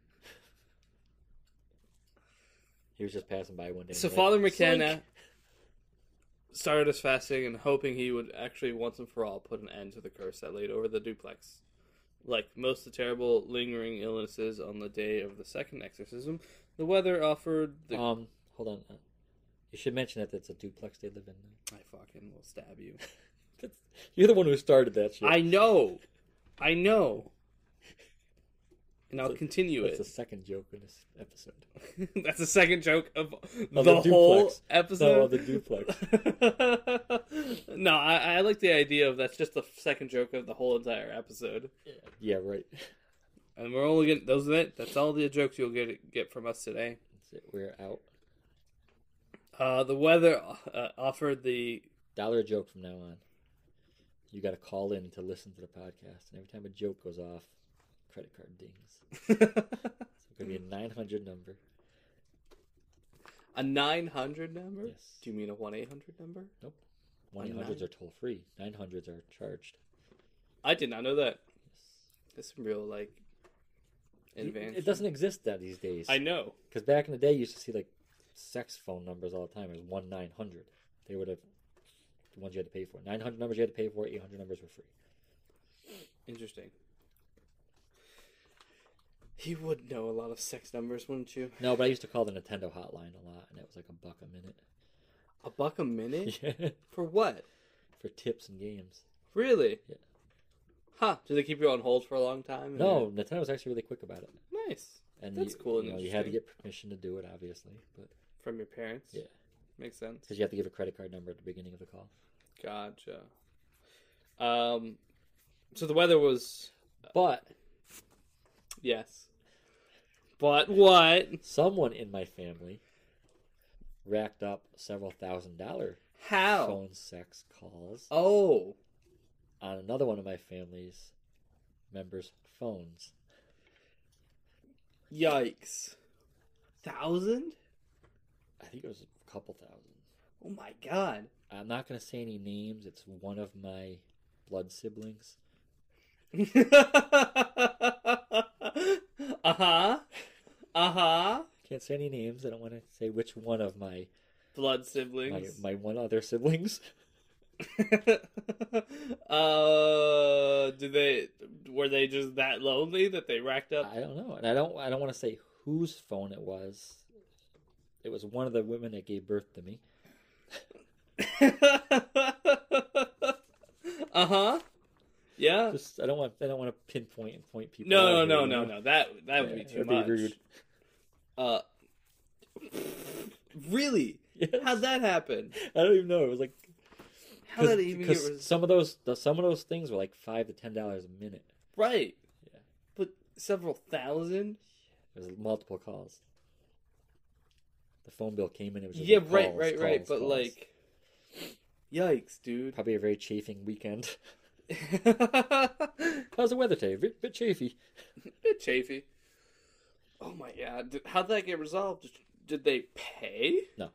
He was just passing by one day. and so he's like, Father "Psych!" McKenna started his fasting and hoping he would actually once and for all put an end to the curse that laid over the duplex. Like most of the terrible lingering illnesses on the day of the second exorcism, the weather offered the Um, hold on. Uh, You should mention that that's a duplex they live in. now. I fucking will stab you. You're the one who started that shit. I know. I know. and I'll continue That's the it. second joke in this episode. That's the second joke of the, the whole duplex. episode. No, of the duplex. no, I, I like the idea of that's just the second joke of the whole entire episode, yeah, right. and we're only getting those are it. That's all the jokes you'll get get from us today. That's it. We're out. Uh, the weather uh, offered the Dollar a joke from now on. You got to call in to listen to the podcast, and every time a joke goes off, credit card dings. So it's gonna be a nine hundred number. a nine hundred number. Yes. Do you mean a one eight hundred number? One eight hundreds are toll free. Nine hundreds are charged. I did not know that. Yes. That's some real like advanced. It, it doesn't exist that these days. I know. Because back in the day, you used to see like sex phone numbers all the time. It was one nine hundred. They were the the ones you had to pay for. Nine hundred numbers you had to pay for. Eight hundred numbers were free. Interesting. He would know a lot of sex numbers, wouldn't you? No, but I used to call the Nintendo hotline a lot, and it was like a buck a minute. A buck a minute Yeah. for what? for tips and games. Really? Yeah. Huh? Do they keep you on hold for a long time? and No, Nintendo was actually really quick about it, then- Nice. and Hmm. That's you, cool and You, know, you had to interesting. get permission to do it, obviously, but From your parents? Yeah. Makes sense. because you have to give a credit card number at the beginning of the call. Gotcha. Um, so the weather was But yes, but what? someone in my family racked up several thousand dollar How? phone sex calls Oh, on another one of my family's members' phones. yikes! Thousand? I think it was a couple thousand. Oh my god! I'm not going to say any names. It's one of my blood siblings. uh huh. Uh huh. Can't say any names. I don't want to say which one of my Blood my, siblings. my one other siblings. uh, do they were they just that lonely that they racked up? I don't know, and I don't I don't want to say whose phone it was. It was one of the women that gave birth to me. uh huh. Yeah. Just I don't want I don't want to pinpoint and point people. out No, no, here, no, no, you know? no. That that would Yeah, be too that'd be much. rude. Uh, really? Yeah, How'd that happen? I don't even know. It was like How did it even get 'cause res- some of those the, some of those things were like five to ten dollars a minute. right? Yeah. But several thousand. It was multiple calls. The phone bill came in. It was just yeah, like right, calls, right, right. calls, but calls. like, yikes, dude. probably a very chafing weekend. How's the weather today? Bit, bit chafy. bit chafy. Oh my god, Did, how'd that get resolved? Did they pay? No.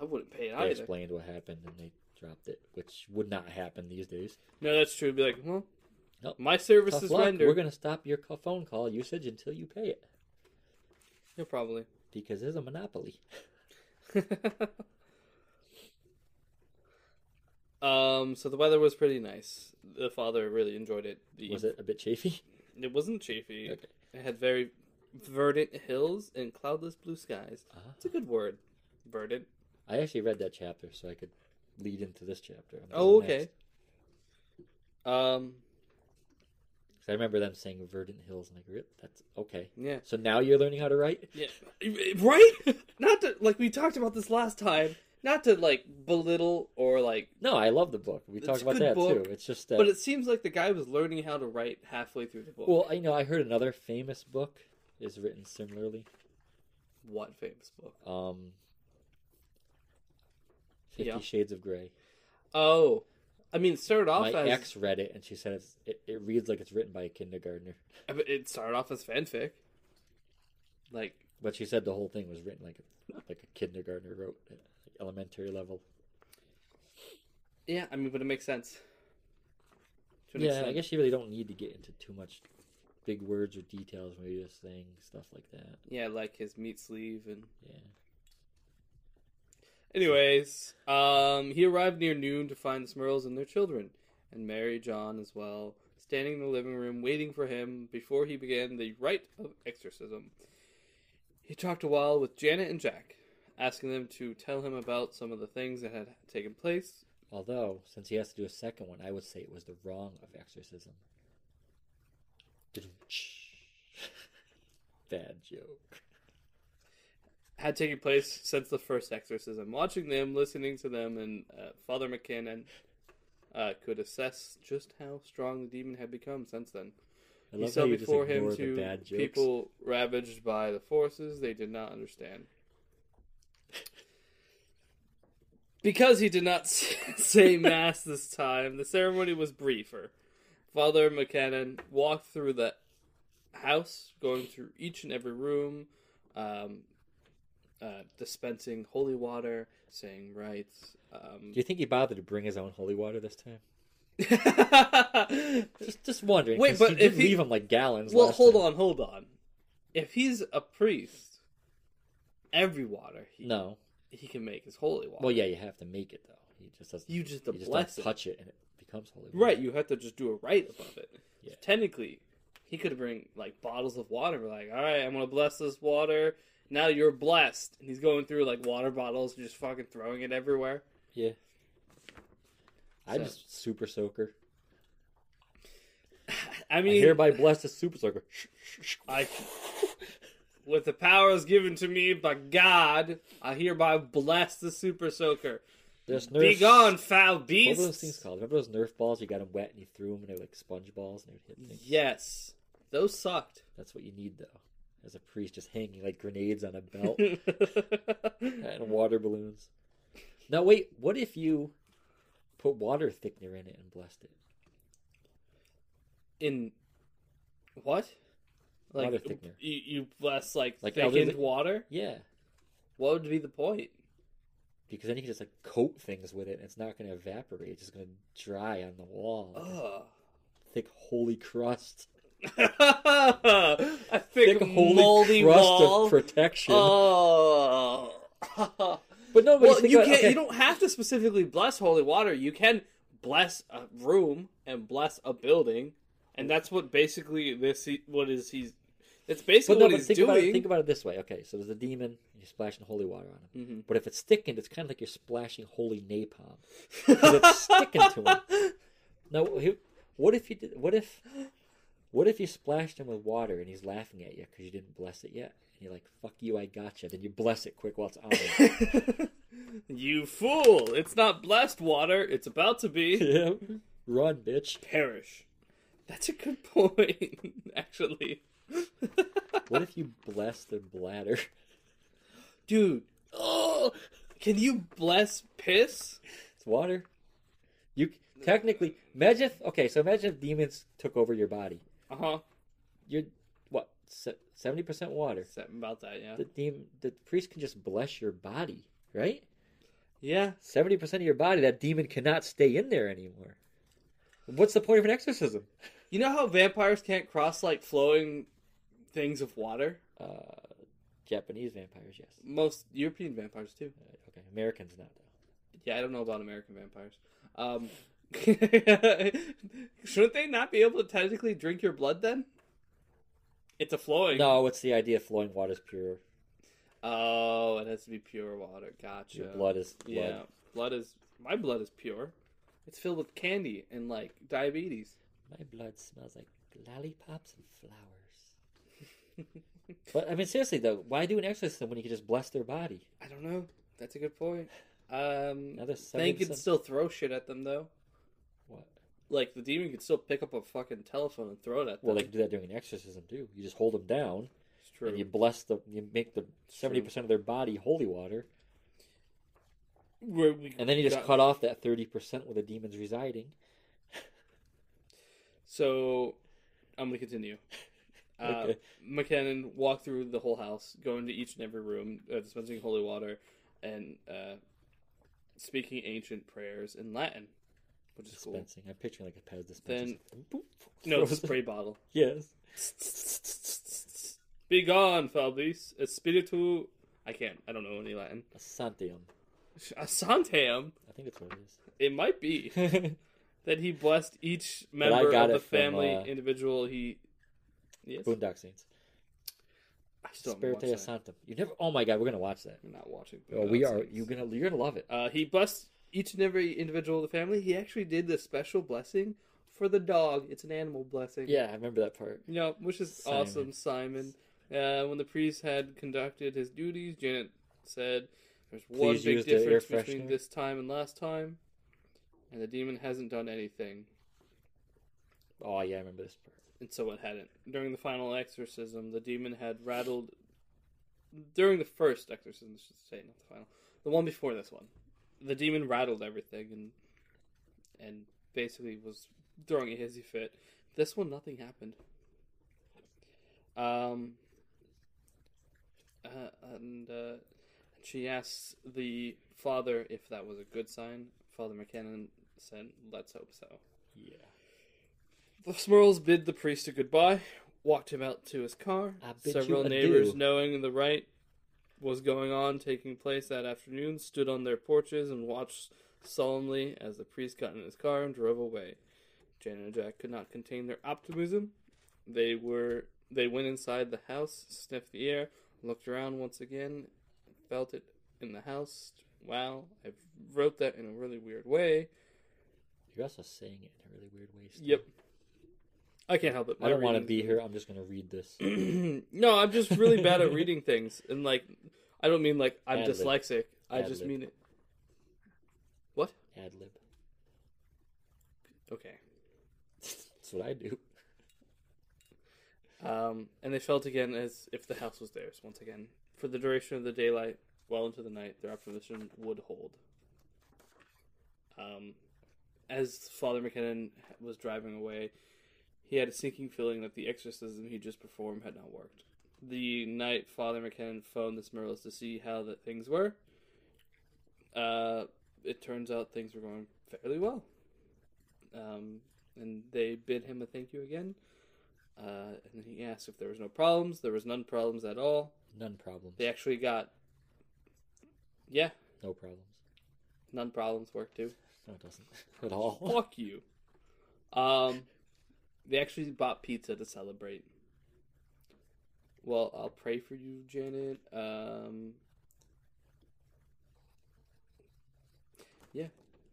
I wouldn't pay it They either. explained what happened and they dropped it, which would not happen these days. No, that's true. Be like, well, Nope. my service Tough is luck. We're rendered. going to stop your co- phone call usage until you pay it Yeah, probably. because it's a monopoly. um. So the weather was pretty nice. The father really enjoyed it. The, Was it a bit chafy? It wasn't chafy. Okay. It had very verdant hills and cloudless blue skies. Ah. It's a good word. Verdant. I actually read that chapter so I could lead into this chapter. I'm Oh, going okay. next. Um. 'Cause I remember them saying verdant hills and like, "Really? that's okay. Yeah. So now you're learning how to write? Yeah. Right? not to like we talked about this last time. Not to like belittle or like, No, I love the book. We It's talked a about good that book, too. It's just that. but it seems like the guy was learning how to write halfway through the book. well, I- you know, I heard another famous book is written similarly. what famous book? Um, Fifty Yeah. Shades of Grey. Oh, I mean, it started off My as ex read it and she said it's, it, it reads like it's written by a kindergartner. I mean, it started off as fanfic. Like, But she said the whole thing was written like a, like a kindergartner wrote it, like elementary level. yeah, I mean, but it makes sense. To an Yeah, extent. I guess you really don't need to get into too much big words or details when you're just saying stuff like that. Yeah, like his meat sleeve and. Yeah. Anyways, um, he arrived near noon to find the Smurls and their children, and Mary John as well, standing in the living room waiting for him before he began the rite of exorcism. He talked a while with Janet and Jack, asking them to tell him about some of the things that had taken place. Although, since he has to do a second one, I would say it was the wrong of exorcism. bad joke. had taken place since the first exorcism. Watching them, listening to them, and uh, Father McKinnon uh, could assess just how strong the demon had become since then. I he love how saw you just before him ignore the to bad jokes. people ravaged by the forces they did not understand. Because he did not s- say mass this time, the ceremony was briefer. Father McKinnon walked through the house, going through each and every room, um, uh, dispensing holy water, saying rites. Um, Do you think he bothered to bring his own holy water this time? Just, just wondering. Uh, Wait, 'cause but he if did he- leave him like gallons. Well, last hold time. on, hold on. If he's a priest, every water he, No. he can make is holy water. Well, yeah, you have to make it though. You just doesn't. you just you the just bless don't it. touch it and it becomes holy. water. Right, you have to just do a rite above it. Yeah. Technically, he could bring like bottles of water. and be like, all right, I'm gonna bless this water. Now you're blessed. And he's going through like water bottles and just fucking throwing it everywhere. Yeah. I'm So- just super soaker. I I mean, hereby bless the super soaker. I, with the powers given to me by God, I hereby bless the super soaker. There's Nerf. Be gone, foul What beast. were those things called? Remember those Nerf balls? You got them wet and you threw them and they were like sponge balls and they would hit things. Yes, those sucked. That's what you need though, as a priest, just hanging like grenades on a belt and water balloons. Now wait, what if you put water thickener in it and blessed it? In what? Like Water thickener. you, you bless like, Like oh, thickened elderly- water. Yeah, What would be the point? because then you can just like coat things with it and it's not going to evaporate. It's just going to dry on the wall. like a Ugh. Thick holy crust. A thick, Thick holy moldy crust wall. of protection. oh. but no, but well, think you about- can't. okay. You don't have to specifically bless holy water. You can bless a room and bless a building, and that's what basically this he- what is he's. It's basically But no, what but he's think doing. about it. Think about it this way. Okay, so there's a demon. You're splashing holy water on him. Mhm. But if it's thickened, it's kind of like you're splashing holy napalm. 'Cause it's sticking to him. Now, he- what if you did? What if? What if you splashed him with water and he's laughing at you because you didn't bless it yet? And you're like, "Fuck you, I gotcha." Then you bless it quick while it's on. him. you fool! It's not blessed water. It's about to be. yeah. Run, bitch. Perish. That's a good point, actually. What if you bless the bladder? Dude, oh, can you bless piss? It's water. You technically imagine. If, okay, so imagine if demons took over your body. Uh huh. You're what seventy percent water. Something about that, yeah. The demon, the priest can just bless your body, right? Yeah. Seventy percent of your body, that demon cannot stay in there anymore. What's the point of an exorcism? You know how vampires can't cross like flowing things of water? Uh, Japanese vampires, yes. Most European vampires do. Uh, okay, Americans not though. Yeah, I don't know about American vampires. Um, shouldn't they not be able to technically drink your blood then? It's a flowing. No, it's the idea of flowing water is pure. Oh, it has to be pure water. Gotcha. Your blood is blood. Yeah, blood is my blood is pure. It's filled with candy and like diabetes. My blood smells like lollipops and flowers. but I mean, seriously though, why do an exorcism when you can just bless their body? I don't know. That's a good point. Um, Another they can 70%. still throw shit at them though. What? Like the demon could still pick up a fucking telephone and throw it at them. Well, they can do that during an exorcism too. You just hold them down. it's true. and you bless the you make the True. seventy percent of their body holy water, Where we- and then you just got- cut off that thirty percent where the demon's residing. So, I'm gonna continue. Uh, Okay. McKinnon walked through the whole house, going to each and every room, uh, dispensing holy water, and uh, speaking ancient prayers in Latin, which is cool. Dispensing. I'm picturing like a Pez dispenser. Then- Boop, No, throws it. spray bottle. yes. Be gone, Fablis. Espiritu. I can't. I don't know any Latin. A santium. Asanteam. I think that's what it It might be is. that he blessed each I member got of the it from, family, uh, individual. He. Yes. Boondock Saints. I still haven't Spirite watched that. Santum. You never. Oh my God, we're gonna watch that. I'm not watching. Oh, Boondock we are. Saints. You're gonna. You're gonna love it. Uh, he blessed each and every individual of the family. He actually did this special blessing for the dog. It's an animal blessing. Yeah, I remember that part. You know, which is Simon. awesome, Simon. Uh, when the priest had conducted his duties, Janet said, "There's one Please big use the air difference between freshener." this time and last time, and the demon hasn't done anything, Oh yeah, I remember this part. and so it hadn't." During the final exorcism, the demon had rattled. During the first exorcism, I should say, not the final, the one before this one, the demon rattled everything and and basically was throwing a hissy fit. This one, nothing happened. Um, uh, and uh, she asks the father if that was a good sign. Father McKinnon said, "Let's hope so." Yeah. The Smurls bid the priest a goodbye, walked him out to his car. I bid you Several adieu. neighbors, knowing the rite was going on taking place that afternoon, stood on their porches and watched solemnly as the priest got in his car and drove away. Janet and Jack could not contain their optimism. They were they went inside the house, sniffed the air, looked around once again, felt it in the house. Wow, I wrote that in a really weird way. You're also saying it in a really weird way. still. Yep. I can't help it. I don't want to reading- be here. I'm just gonna read this. no, I'm just really bad at reading things, and like, I don't mean like I'm Ad lib. dyslexic. I Ad just lib. mean it. Ad lib. Okay. That's what I do. Um, and they felt again as if the house was theirs once again for the duration of the daylight, well into the night. Their optimism would hold. Um, as Father McKinnon was driving away, he had a sinking feeling that the exorcism he just performed had not worked. The night Father McKinnon phoned the Smurls to see how that things were, uh, it turns out things were going fairly well. Um, and they bid him a thank you again. Uh, and he asked if there was no problems. There was none problems at all. None problems. They actually got, yeah, No problems. none problems work too. No, it doesn't at all. Fuck you. Um, they actually bought pizza to celebrate. Well, I'll pray for you, Janet. Um, yeah,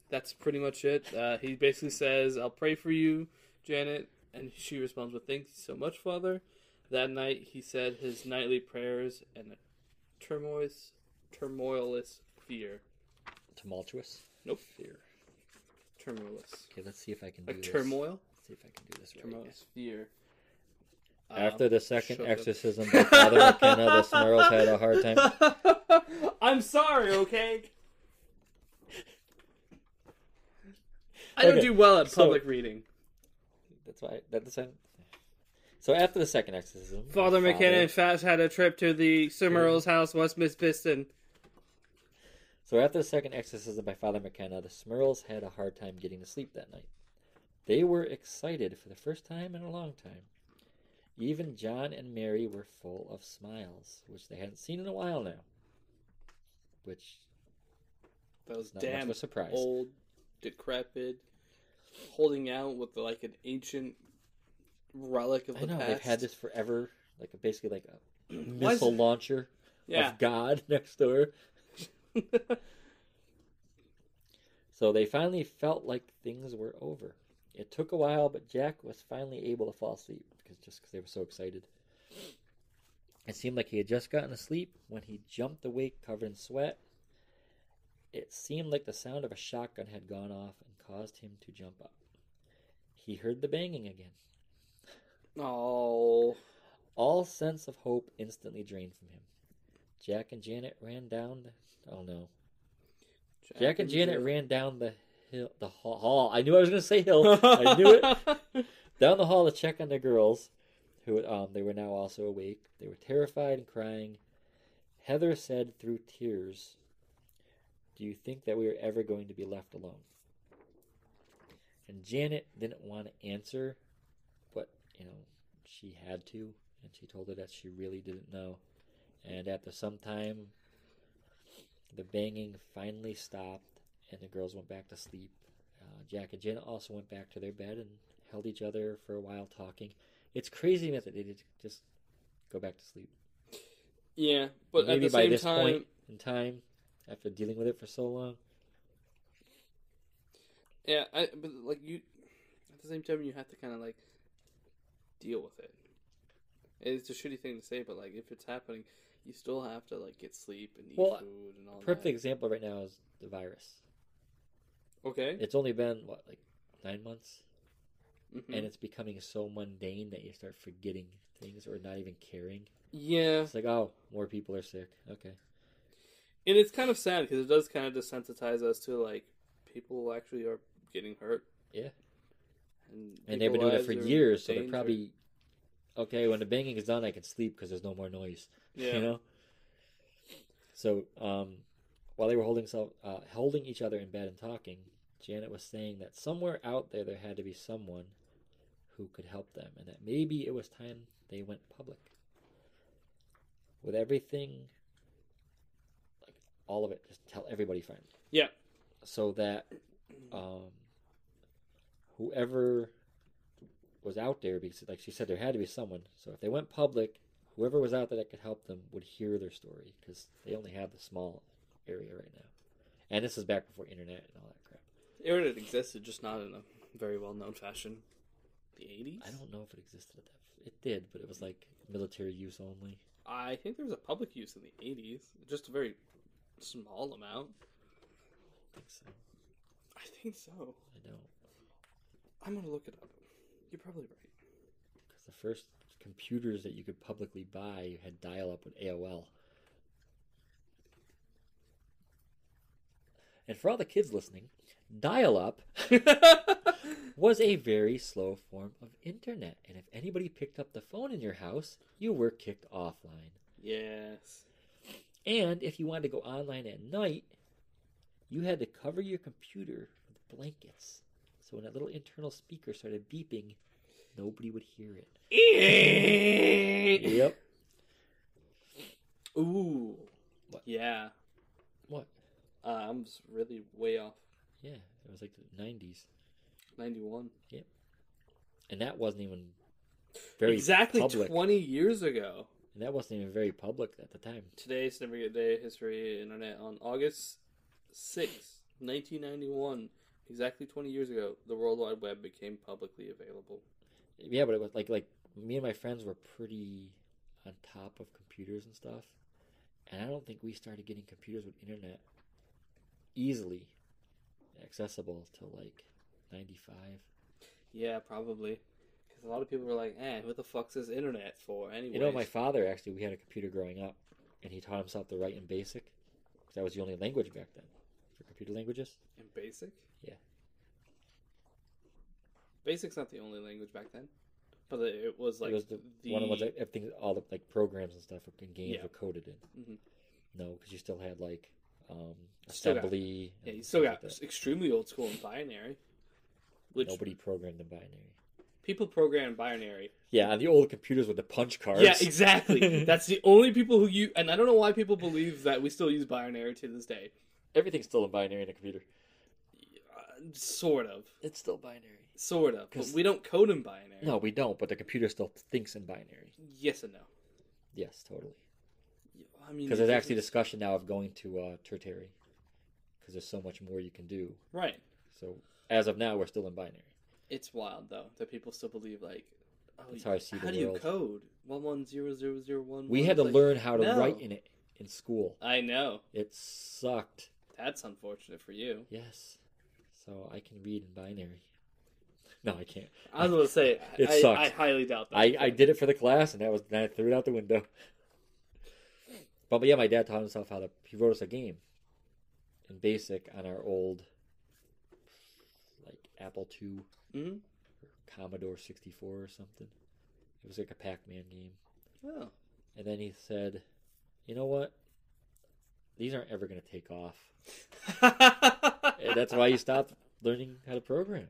that's pretty much it. Uh, he basically says, "I'll pray for you, Janet," and she responds with, "Thank you so much, Father." That night, he said his nightly prayers and a turmoilous, turmoilous fear, Tumultuous. Nope. Fear. turmoilous, Okay, let's see if I can do like this. turmoil. Let's see if I can do this right. Tremendous fear. Um, After the second shut up. exorcism by Father McKenna, the Smurls had a hard time. I'm sorry, okay? I don't Okay, do well at so- public reading. That's why. That's why. So after the second exorcism, Father McKenna and Fast had a trip to the Summerall's house, West Miss Piston. So after the second exorcism by Father McKenna, the Smurls had a hard time getting to sleep that night. They were excited for the first time in a long time. Even John and Mary were full of smiles, which they hadn't seen in a while now. Which That was is not much of a surprise. old, decrepit, holding out with like an ancient relic of I know they've had this forever, like a, basically like a Why is- missile launcher of God next door. So they finally felt like things were over. It took a while, but Jack was finally able to fall asleep because just because they were so excited. It seemed like he had just gotten asleep when he jumped awake covered in sweat. It seemed like the sound of a shotgun had gone off and caused him to jump up. He heard the banging again. oh, All sense of hope instantly drained from him. Jack and Janet ran down the. Oh no. Jack and Janet ran down the hill, the hall. hall. I knew I was going to say hill. I knew it. it. Down the hall to check on the girls, who had- um they were now also awake. They were terrified and crying. Heather said through tears, "Do you think that we are ever going to be left alone?" And Janet didn't want to answer, but you know she had to, and she told her that she really didn't know. And after some time, the banging finally stopped, and the girls went back to sleep. Uh, Jack and Janet also went back to their bed and held each other for a while talking. It's crazy that they did just go back to sleep. Yeah, but Maybe at the by same this time, point in time, after dealing with it for so long, yeah, I, but like you, at the same time, you have to kind of like deal with it. It's a shitty thing to say, but like if it's happening, you still have to like get sleep and eat Well, food and all Perfect that. example right now is the virus. Okay. It's only been what like nine months, Mhm. and it's becoming so mundane that you start forgetting things or not even caring. yeah, It's like, oh, more people are sick. Okay, and it's kind of sad because it does kind of desensitize us to like people actually are getting hurt. Yeah. And, and they've been people's doing it for lives are in years, so they're danger. probably okay. When the banging is done, I can sleep because there's no more noise. yeah. You know. So um, while they were holding self, uh, holding each other in bed and talking, Janet was saying that somewhere out there there had to be someone who could help them, and that maybe it was time they went public. With everything, like all of it, just tell everybody finally. Yeah. So that um, whoever was out there, because like she said, there had to be someone. So if they went public, whoever was out there that could help them would hear their story because they only have the small area right now. And this is back before internet and all that crap. It would have existed, just not in a very well known fashion. The eighties. I don't know if it existed at that. It did, but it was like military use only. I think there was a public use in the eighties, just a very small amount. I think so. I think so. I don't I'm gonna look it up. You're probably right. because the first computers that you could publicly buy you had dial-up with AOL. And for all the kids listening, dial-up was a very slow form of internet, and if anybody picked up the phone in your house, you were kicked offline. yes. And if you wanted to go online at night, you had to cover your computer with blankets. So when that little internal speaker started beeping, nobody would hear it. Yep. Ooh. What? Yeah. What? Uh, I'm just really way off. Yeah, it was like the 90s. Ninety one. And that wasn't even very exactly public. twenty years ago. and that wasn't even very public at the time. Today's Significant Day History Internet on August 6, 1991, exactly 20 years ago, the World Wide Web became publicly available. Yeah, but it was like like me and my friends were pretty on top of computers and stuff. And I don't think we started getting computers with internet easily accessible till like 95. Yeah, probably. Because a lot of people were like, eh, what the fuck's this internet for anyway? You know, my father actually, we had a computer growing up, and he taught himself to write in BASIC 'cause that was the only language back then for computer languages. In BASIC? Yeah. BASIC's not the only language back then. But it it was like it was the, one of the ones that everything, all the like programs and stuff and games Yeah. were coded in. Mhm. No, because you still had like um, Still got- assembly. yeah, and you still stuff got like that. extremely old school and binary. Which nobody programmed in binary. people program binary Yeah, and the old computers with the punch cards. Yeah, exactly. That's the only people who you and I don't know why people believe that we still use binary to this day. everything's still in binary in a computer. Uh, sort of, It's still binary. sort of. But 'Cause- we don't code in binary. No, we don't. But the computer still thinks in binary. Yes and no. Yes, totally. I mean, Because there's it actually doesn't- discussion now of going to uh, tertiary. Because there's so much more you can do. right. So as of now, we're still in binary. It's wild though that people still believe like. Oh, That's how I see the do you world. code? One one zero zero zero one. We one. had to It's like- learn how to no. write in it in school. I know It sucked. that's unfortunate for you. Yes. So I can read in binary. No, I can't. I was gonna say It I, sucks. I highly doubt that. I, I did it for the class, and that was then I threw it out the window. But, but yeah, my dad taught himself how to. He wrote us a game in BASIC on our old, like Apple II, Mhm. Commodore sixty four or something. It was like a Pac Man game. Oh. And then he said, "You know what? These aren't ever going to take off. And that's why you stopped learning how to program."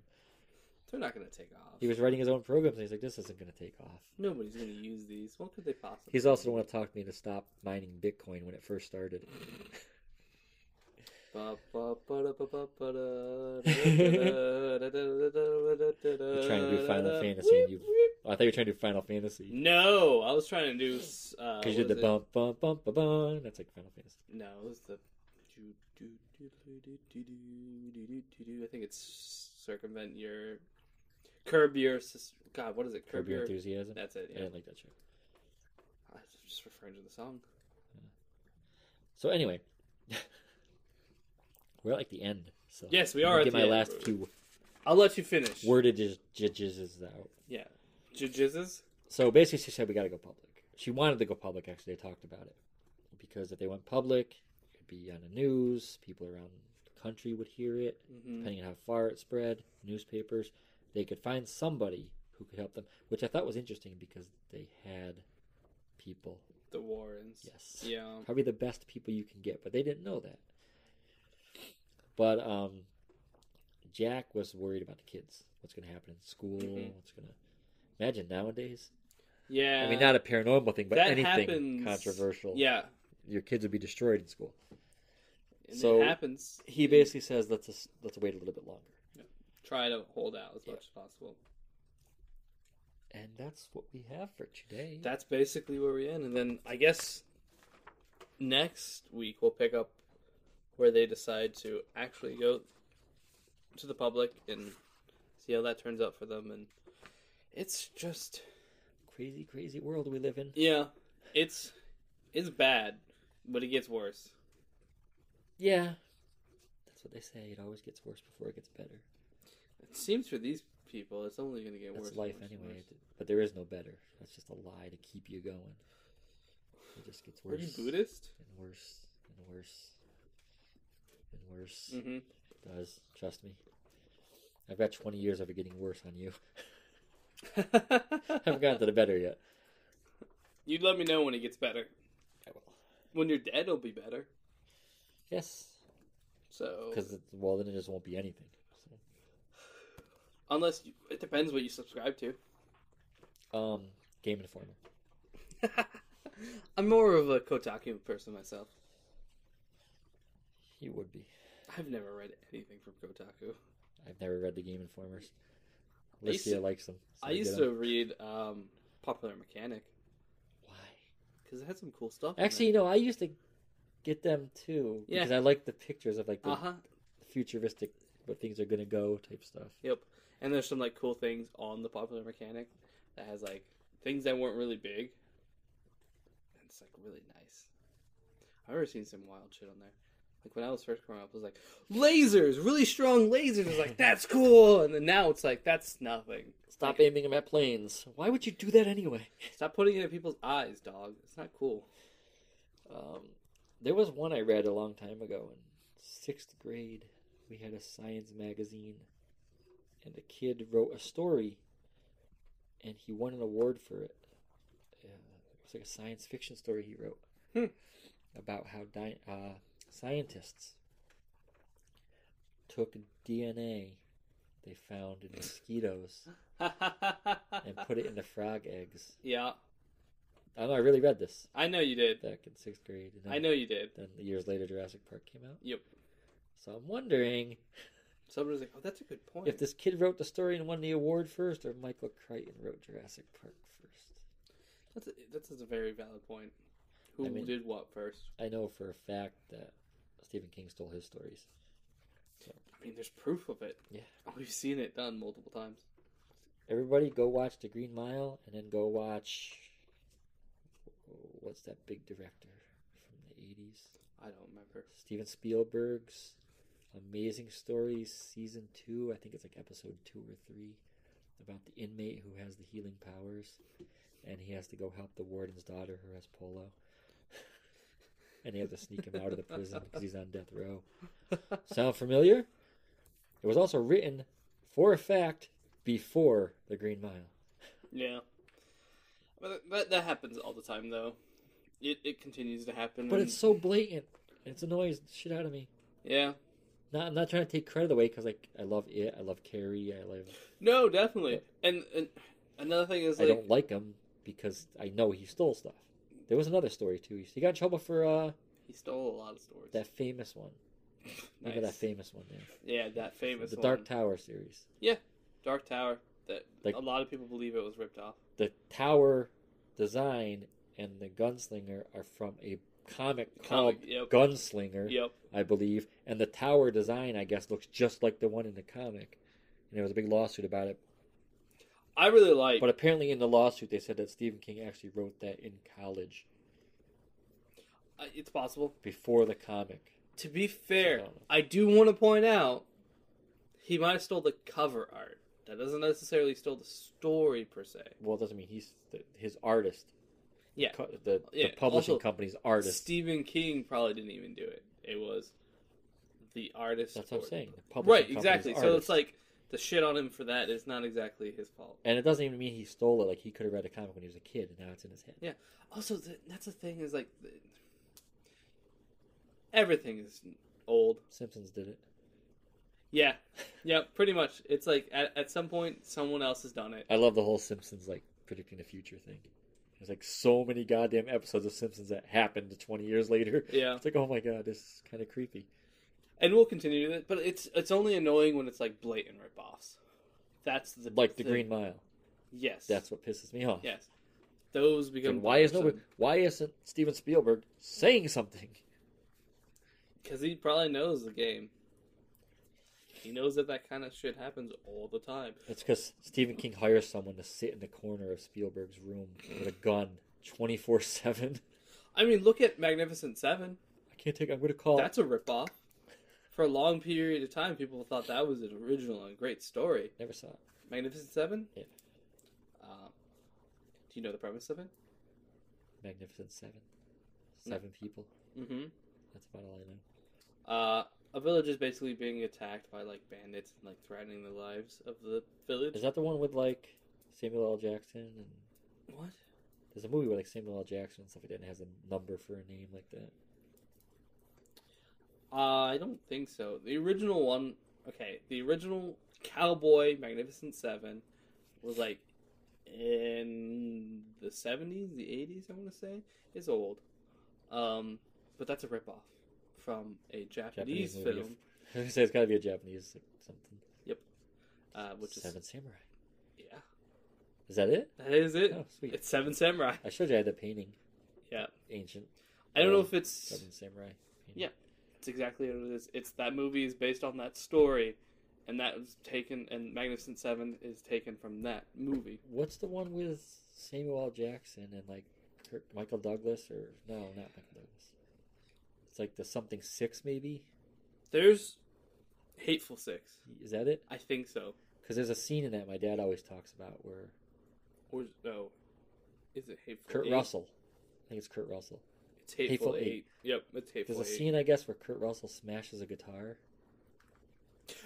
They're not gonna take off. He was writing his own programs, and he's like, "This isn't going to take off." Nobody's gonna use these. What could they possibly? He's also the one to talk me to stop mining Bitcoin when it first started. Ba- ba- ba- da- ba- ba- ba- da- da- da- da- da- da- da- da- da- da- da- You're trying to do Final da- Fantasy and Weep, you- weep. Oh, I thought you were trying to do Final Fantasy No, I was trying to do. uh, because you what did the is it? bump, bump, bump, bump, bump. That's like Final Fantasy. No, it was the. do- do- do- do- do- do- do- do- do- do- do. I think it's circumvent your. Curb your. sus- God, what is it? Curb Your Enthusiasm. That's it, I yeah. didn't like that show. just referring to the song. So anyway, we're at like the end. So Yes, we I'm are gonna at Get the my end. last few I'll let you finish. wordages judges out. Yeah. Jizzes? So basically, she said we got to go public. She wanted to go public. Actually, they talked about it because if they went public, it'd be on the news. People around the country would hear it, Mm-hmm. depending on how far it spread. Newspapers, they could find somebody who could help them, which I thought was interesting because they had people. The Warrens. Yes Yeah. probably the best people you can get, but they didn't know that. But um, Jack was worried about the kids. What's going to happen in school? Mhm. What's going to imagine nowadays? Yeah. I mean, not a paranormal thing, but That anything happens. controversial. Yeah. your kids would be destroyed in school. And So- it happens. He basically says, "Let's just, let's wait a little bit longer," Try to hold out as Yeah. much as possible. and that's what we have for today. That's basically where we end. And then I guess next week we'll pick up where they decide to actually go to the public and see how that turns out for them. And it's just. crazy, crazy world we live in. Yeah. It's. It's bad, but it gets worse. Yeah, that's what they say. It always gets worse before it gets better. It seems for these people, it's only going to get That's worse. and life worse and anyway. worse. But there is no better. That's just a lie to keep you going. It just gets Are you worse and Buddhist? worse and worse and worse. hmm It does trust me. I've got 20 years of it getting worse on you. Mm-hmm. I haven't gotten to the better yet. You'd let me know when it gets better. I will. When you're dead, it'll be better. Yes, So because well then it just won't be anything. So, unless you, it depends what you subscribe to. um, Game Informer. I'm more of a Kotaku person myself. You would be. I've never read anything from Kotaku. I've never read the Game Informers. I used Alicia to- likes them. so I get used 'em. to read um, Popular Mechanic Why? because it had some cool stuff. Actually, you know, I used to get them too Yeah. because I like the pictures of like the uh huh. futuristic where things are gonna go type stuff. And there's some like cool things on the Popular Mechanic that has like things that weren't really big. And it's like really nice. I've ever seen some wild shit on there. Like when I was first growing up, it was like lasers, really strong lasers. It's like that's cool, and then now it's like that's nothing. Stop aiming them at planes. Why would you do that anyway? Stop putting it in people's eyes, dog. It's not cool. Um, there was one I read a long time ago in sixth grade. We had a science magazine, and a kid wrote a story, and he won an award for it. Uh, it was like a science fiction story he wrote Hmm. about how di- uh, scientists took DNA they found in mosquitoes and put it in the frog eggs. yeah, I don't know. I really read this I know you did. back in sixth grade. and then- I know you did. Then years later, Jurassic Park came out. Yep. So I'm wondering Somebody's like, oh, that's a good point. if this kid wrote the story and won the award first, or Michael Crichton wrote Jurassic Park first. that's a, that's a very valid point. Who I mean- did what first? I know for a fact that Stephen King stole his stories. I mean, there's proof of it. Yeah. We've seen it done multiple times. Everybody, go watch The Green Mile, and then go watch what's that big director from the '80s? I don't remember. Steven Spielberg's Amazing Stories season two. I think it's like episode two or three about the inmate who has the healing powers, and he has to go help the warden's daughter who has polo, and they have to sneak him out of the prison because he's on death row. Sound familiar? It was also written for a fact before the Green Mile. Yeah. But that, that happens all the time, though. It, it continues to happen. But and- it's so blatant. It's annoys the shit out of me. Yeah. Not, I'm not trying to take credit away because like I love it. I love Carrie. I love No, definitely. And, and another thing is, I like, don't like him because I know he stole stuff. There was another story too. He got in trouble for uh, he stole a lot of stories. that famous one. Remember that Nice. famous one there? yeah, that famous the one. Dark Tower series. Dark Tower that Like- a lot of people believe it was ripped off. The tower design and the gunslinger are from a comic called Comic, yep. Gunslinger, Yep. I believe. And the tower design, I guess, looks just like the one in the comic. And there was a big lawsuit about it. I really like But apparently, in the lawsuit, they said that Stephen King actually wrote that in college I- it's possible. before the comic. To be fair, So- I do want to point out he might have stole the cover art. That doesn't necessarily steal the story per se. Well, it doesn't mean he's the, his artist. Yeah. Co- the, Yeah, the publishing also- company's artist. Stephen King probably didn't even do it. It was the artist. That's what I'm or- saying. The publishing Right, company's exactly. So artist. it's like the shit on him for that is not exactly his fault. and it doesn't even mean he stole it. Like he could have read a comic when he was a kid, and now it's in his head. Also, th- that's the thing is like th- everything is old. Simpsons did it. Yeah, yeah, pretty much. It's like at, at some point someone else has done it. I love the whole Simpsons like predicting the future thing. There's like so many goddamn episodes of Simpsons that happened 20 years later. Yeah, It's like, oh my god, this is kind of creepy. and we'll continue with it. But it's it's only annoying when it's like blatant ripoffs. That's the Like the thing. Green Mile. Yes, That's what pisses me off. yes. Those Then become why is nobody? Why isn't Steven Spielberg saying something? Because he probably knows the game. He knows that that kind of shit happens all the time. It's because Stephen King hires someone to sit in the corner of Spielberg's room with a gun, twenty four seven. I mean, look at Magnificent Seven. I can't take. I'm going to call. That's a ripoff. For a long period of time, people thought that was an original and great story. Never saw it. Magnificent Seven. Yeah. Um, do you know the premise of it? Magnificent Seven. No. Seven people. Mm-hmm. That's about all I know. Uh, a village is basically being attacked by like bandits and like threatening the lives of the village. Is that the one with like Samuel L. Jackson? And What? there's a movie with like Samuel L. Jackson and stuff like that. And it has a number for a name like that. Uh, I don't think so. The original one, okay, the original Cowboy Magnificent Seven was like in the seventies, the eighties. I want to say it's old, um, but that's a ripoff from a Japanese, Japanese movie. film, I was gonna say it's got to be a Japanese like, something. uh, which is Seven Samurai. yeah, Is that it? that is it. Oh, sweet. It's Seven Samurai. I showed you I had the painting. Yeah. Ancient I don't know Um, if it's Seven Samurai. painting. Yeah. It's exactly what it is. It's that movie is based on that story, and that was taken, and Magnificent Seven is taken from that movie. What's the one with Samuel L. Jackson and like Kirk, Michael Douglas or no, not Michael Douglas. It's like the something six maybe. There's Hateful Six. Is that it? I think so. Because there's a scene in that my dad always talks about where Or no, is it Hateful? Kurt Eight? Russell. I think it's Kurt Russell. It's Hateful, Hateful Eight. Eight. Yep, it's Hateful There's a Eight. scene I guess where Kurt Russell smashes a guitar.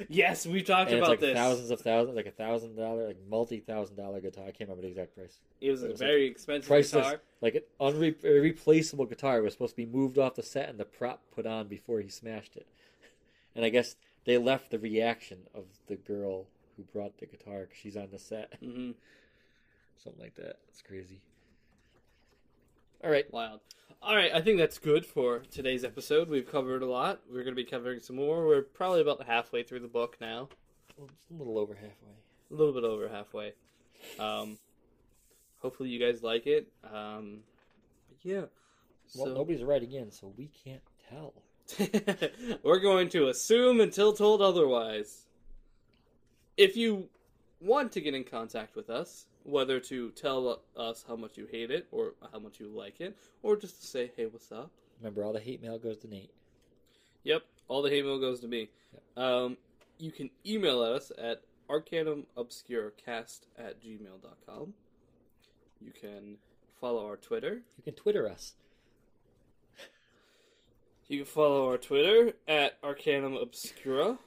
Yes, we talked and it's about like this. thousands of thousands, like a thousand dollar, like multi thousand dollar guitar. I can't remember the exact price. It was a it was, very expensive priceless. guitar. Like an unre- a replaceable guitar was supposed to be moved off the set and the prop put on before he smashed it. And I guess they left the reaction of the girl who brought the guitar 'cause she's on the set, hmm something like that. It's crazy. All right, Wild. All right, I think that's good for today's episode. We've covered a lot. We're going to be covering some more. We're probably about halfway through the book now. well, it's a little over halfway. a little bit over halfway. Um, hopefully you guys like it. Um, yeah. Well, So nobody's writing in, so we can't tell. we're going to assume until told otherwise. If you want to get in contact with us, whether to tell us how much you hate it or how much you like it, or just to say, hey, what's up? Remember, all the hate mail goes to Nate. Yep, all the hate mail goes to me. Um, you can email us at arcanumobscuracast at gmail.com. You can follow our Twitter. You can Twitter us. You can follow our Twitter at Arcanum Obscura.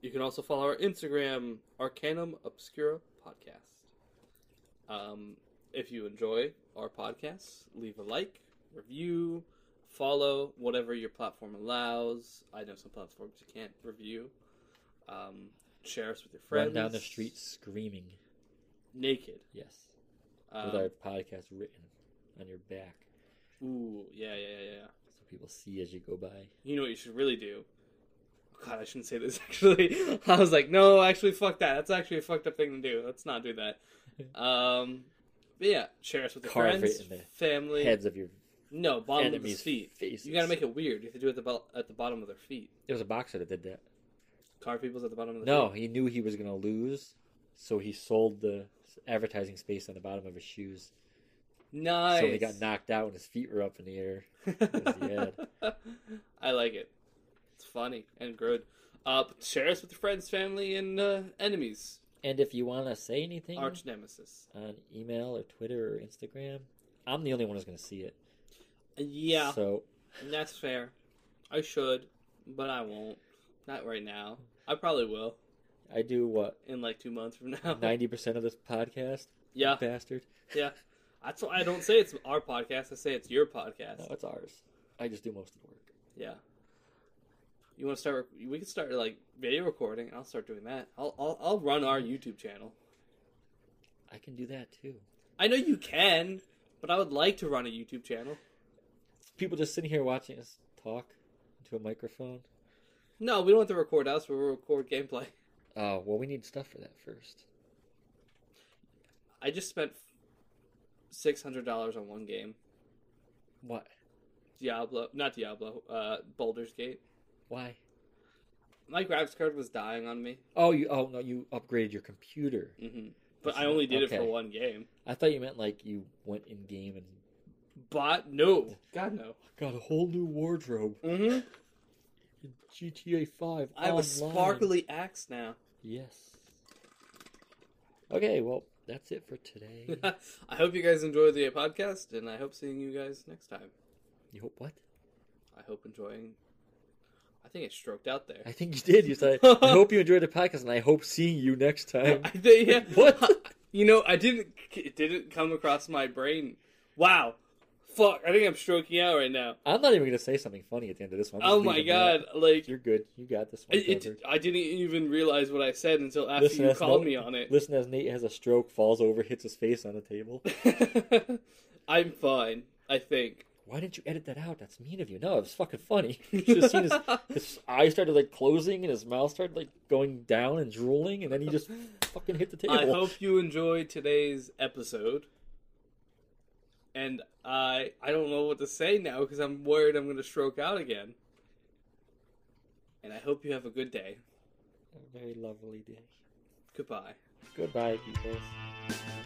You can also follow our Instagram, Arcanum Obscura Podcast. Um, if you enjoy our podcast, leave a like, review, follow, whatever your platform allows. I know some platforms you can't review. Um, share us with your friends. Run down the street screaming. naked. Yes. Um, with our podcast written on your back Ooh, yeah, yeah, yeah, yeah. so people see as you go by. you know what you should really do? God, I shouldn't say this actually. I was like, no, actually, fuck that. That's actually a fucked up thing to do. Let's not do that. Um, but yeah, share us with your Carve friends, it in the family. Heads of your No, bottom of his enemies' feet. faces. You gotta make it weird. You have to do it at the, bo- at the bottom of their feet. There was a boxer that did that. Carve people's at the bottom of the No, he knew he was gonna lose, so he sold the advertising space on the bottom of his shoes Nice. So he got knocked out and his feet were up in the air. the I like it. It's funny and good. Uh, share us with your friends, family, and uh, enemies. And if you want to say anything Arch nemesis. on email or Twitter or Instagram, I'm the only one who's going to see it. Yeah, So that's fair. I should, but I won't. Not right now. I probably will I do what in like two months from now. ninety percent of this podcast. Yeah, bastard. that's why I don't say it's our podcast. I say it's your podcast. No, it's ours. I just do most of the work. Yeah. You want to start? We can start like video recording. I'll start doing that. I'll I'll, I'll run our YouTube channel. I can do that too. I know you can, but I would like to run a YouTube channel. People just sitting here watching us talk into a microphone. No, we don't have to record us. We'll record gameplay. Oh well, we need stuff for that first. I just spent six hundred dollars on one game. What? Diablo, not Diablo. Uh, Baldur's Gate. Why? My graphics card was dying on me. Oh, you. Oh no, you upgraded your computer. hmm But I only did it for Okay. one game. I thought you meant like you went in game and But no, God no. got a whole new wardrobe. hmm in GTA Five. I have a online. sparkly axe now. Yes. Okay, well, that's it for today. I hope you guys enjoyed the podcast, and I hope seeing you guys next time. you hope what? I hope enjoying. I think it stroked out there. I think you did. You said, I hope you enjoyed the podcast, and I hope seeing you next time. I think, yeah. What? You know, I didn't. It didn't come across my brain. Wow. Fuck. I think I'm stroking out right now. I'm not even gonna say something funny at the end of this one. I'm Oh just my leaving that. god. Like, you're good. You got this one. it, covered. it, I didn't even realize what I said until after Listen, you that's called no- me on it. Listen as Nate has a stroke, falls over, hits his face on the table. I'm fine. I think. Why didn't you edit that out? That's mean of you. No, it was fucking funny. You should have seen his, his eyes started like closing and his mouth started like going down and drooling, and then he just fucking hit the table. I hope you enjoyed today's episode. And I I don't know what to say now because I'm worried I'm going to stroke out again. And I hope you have a good day. A very lovely day. Goodbye. Goodbye, peoples.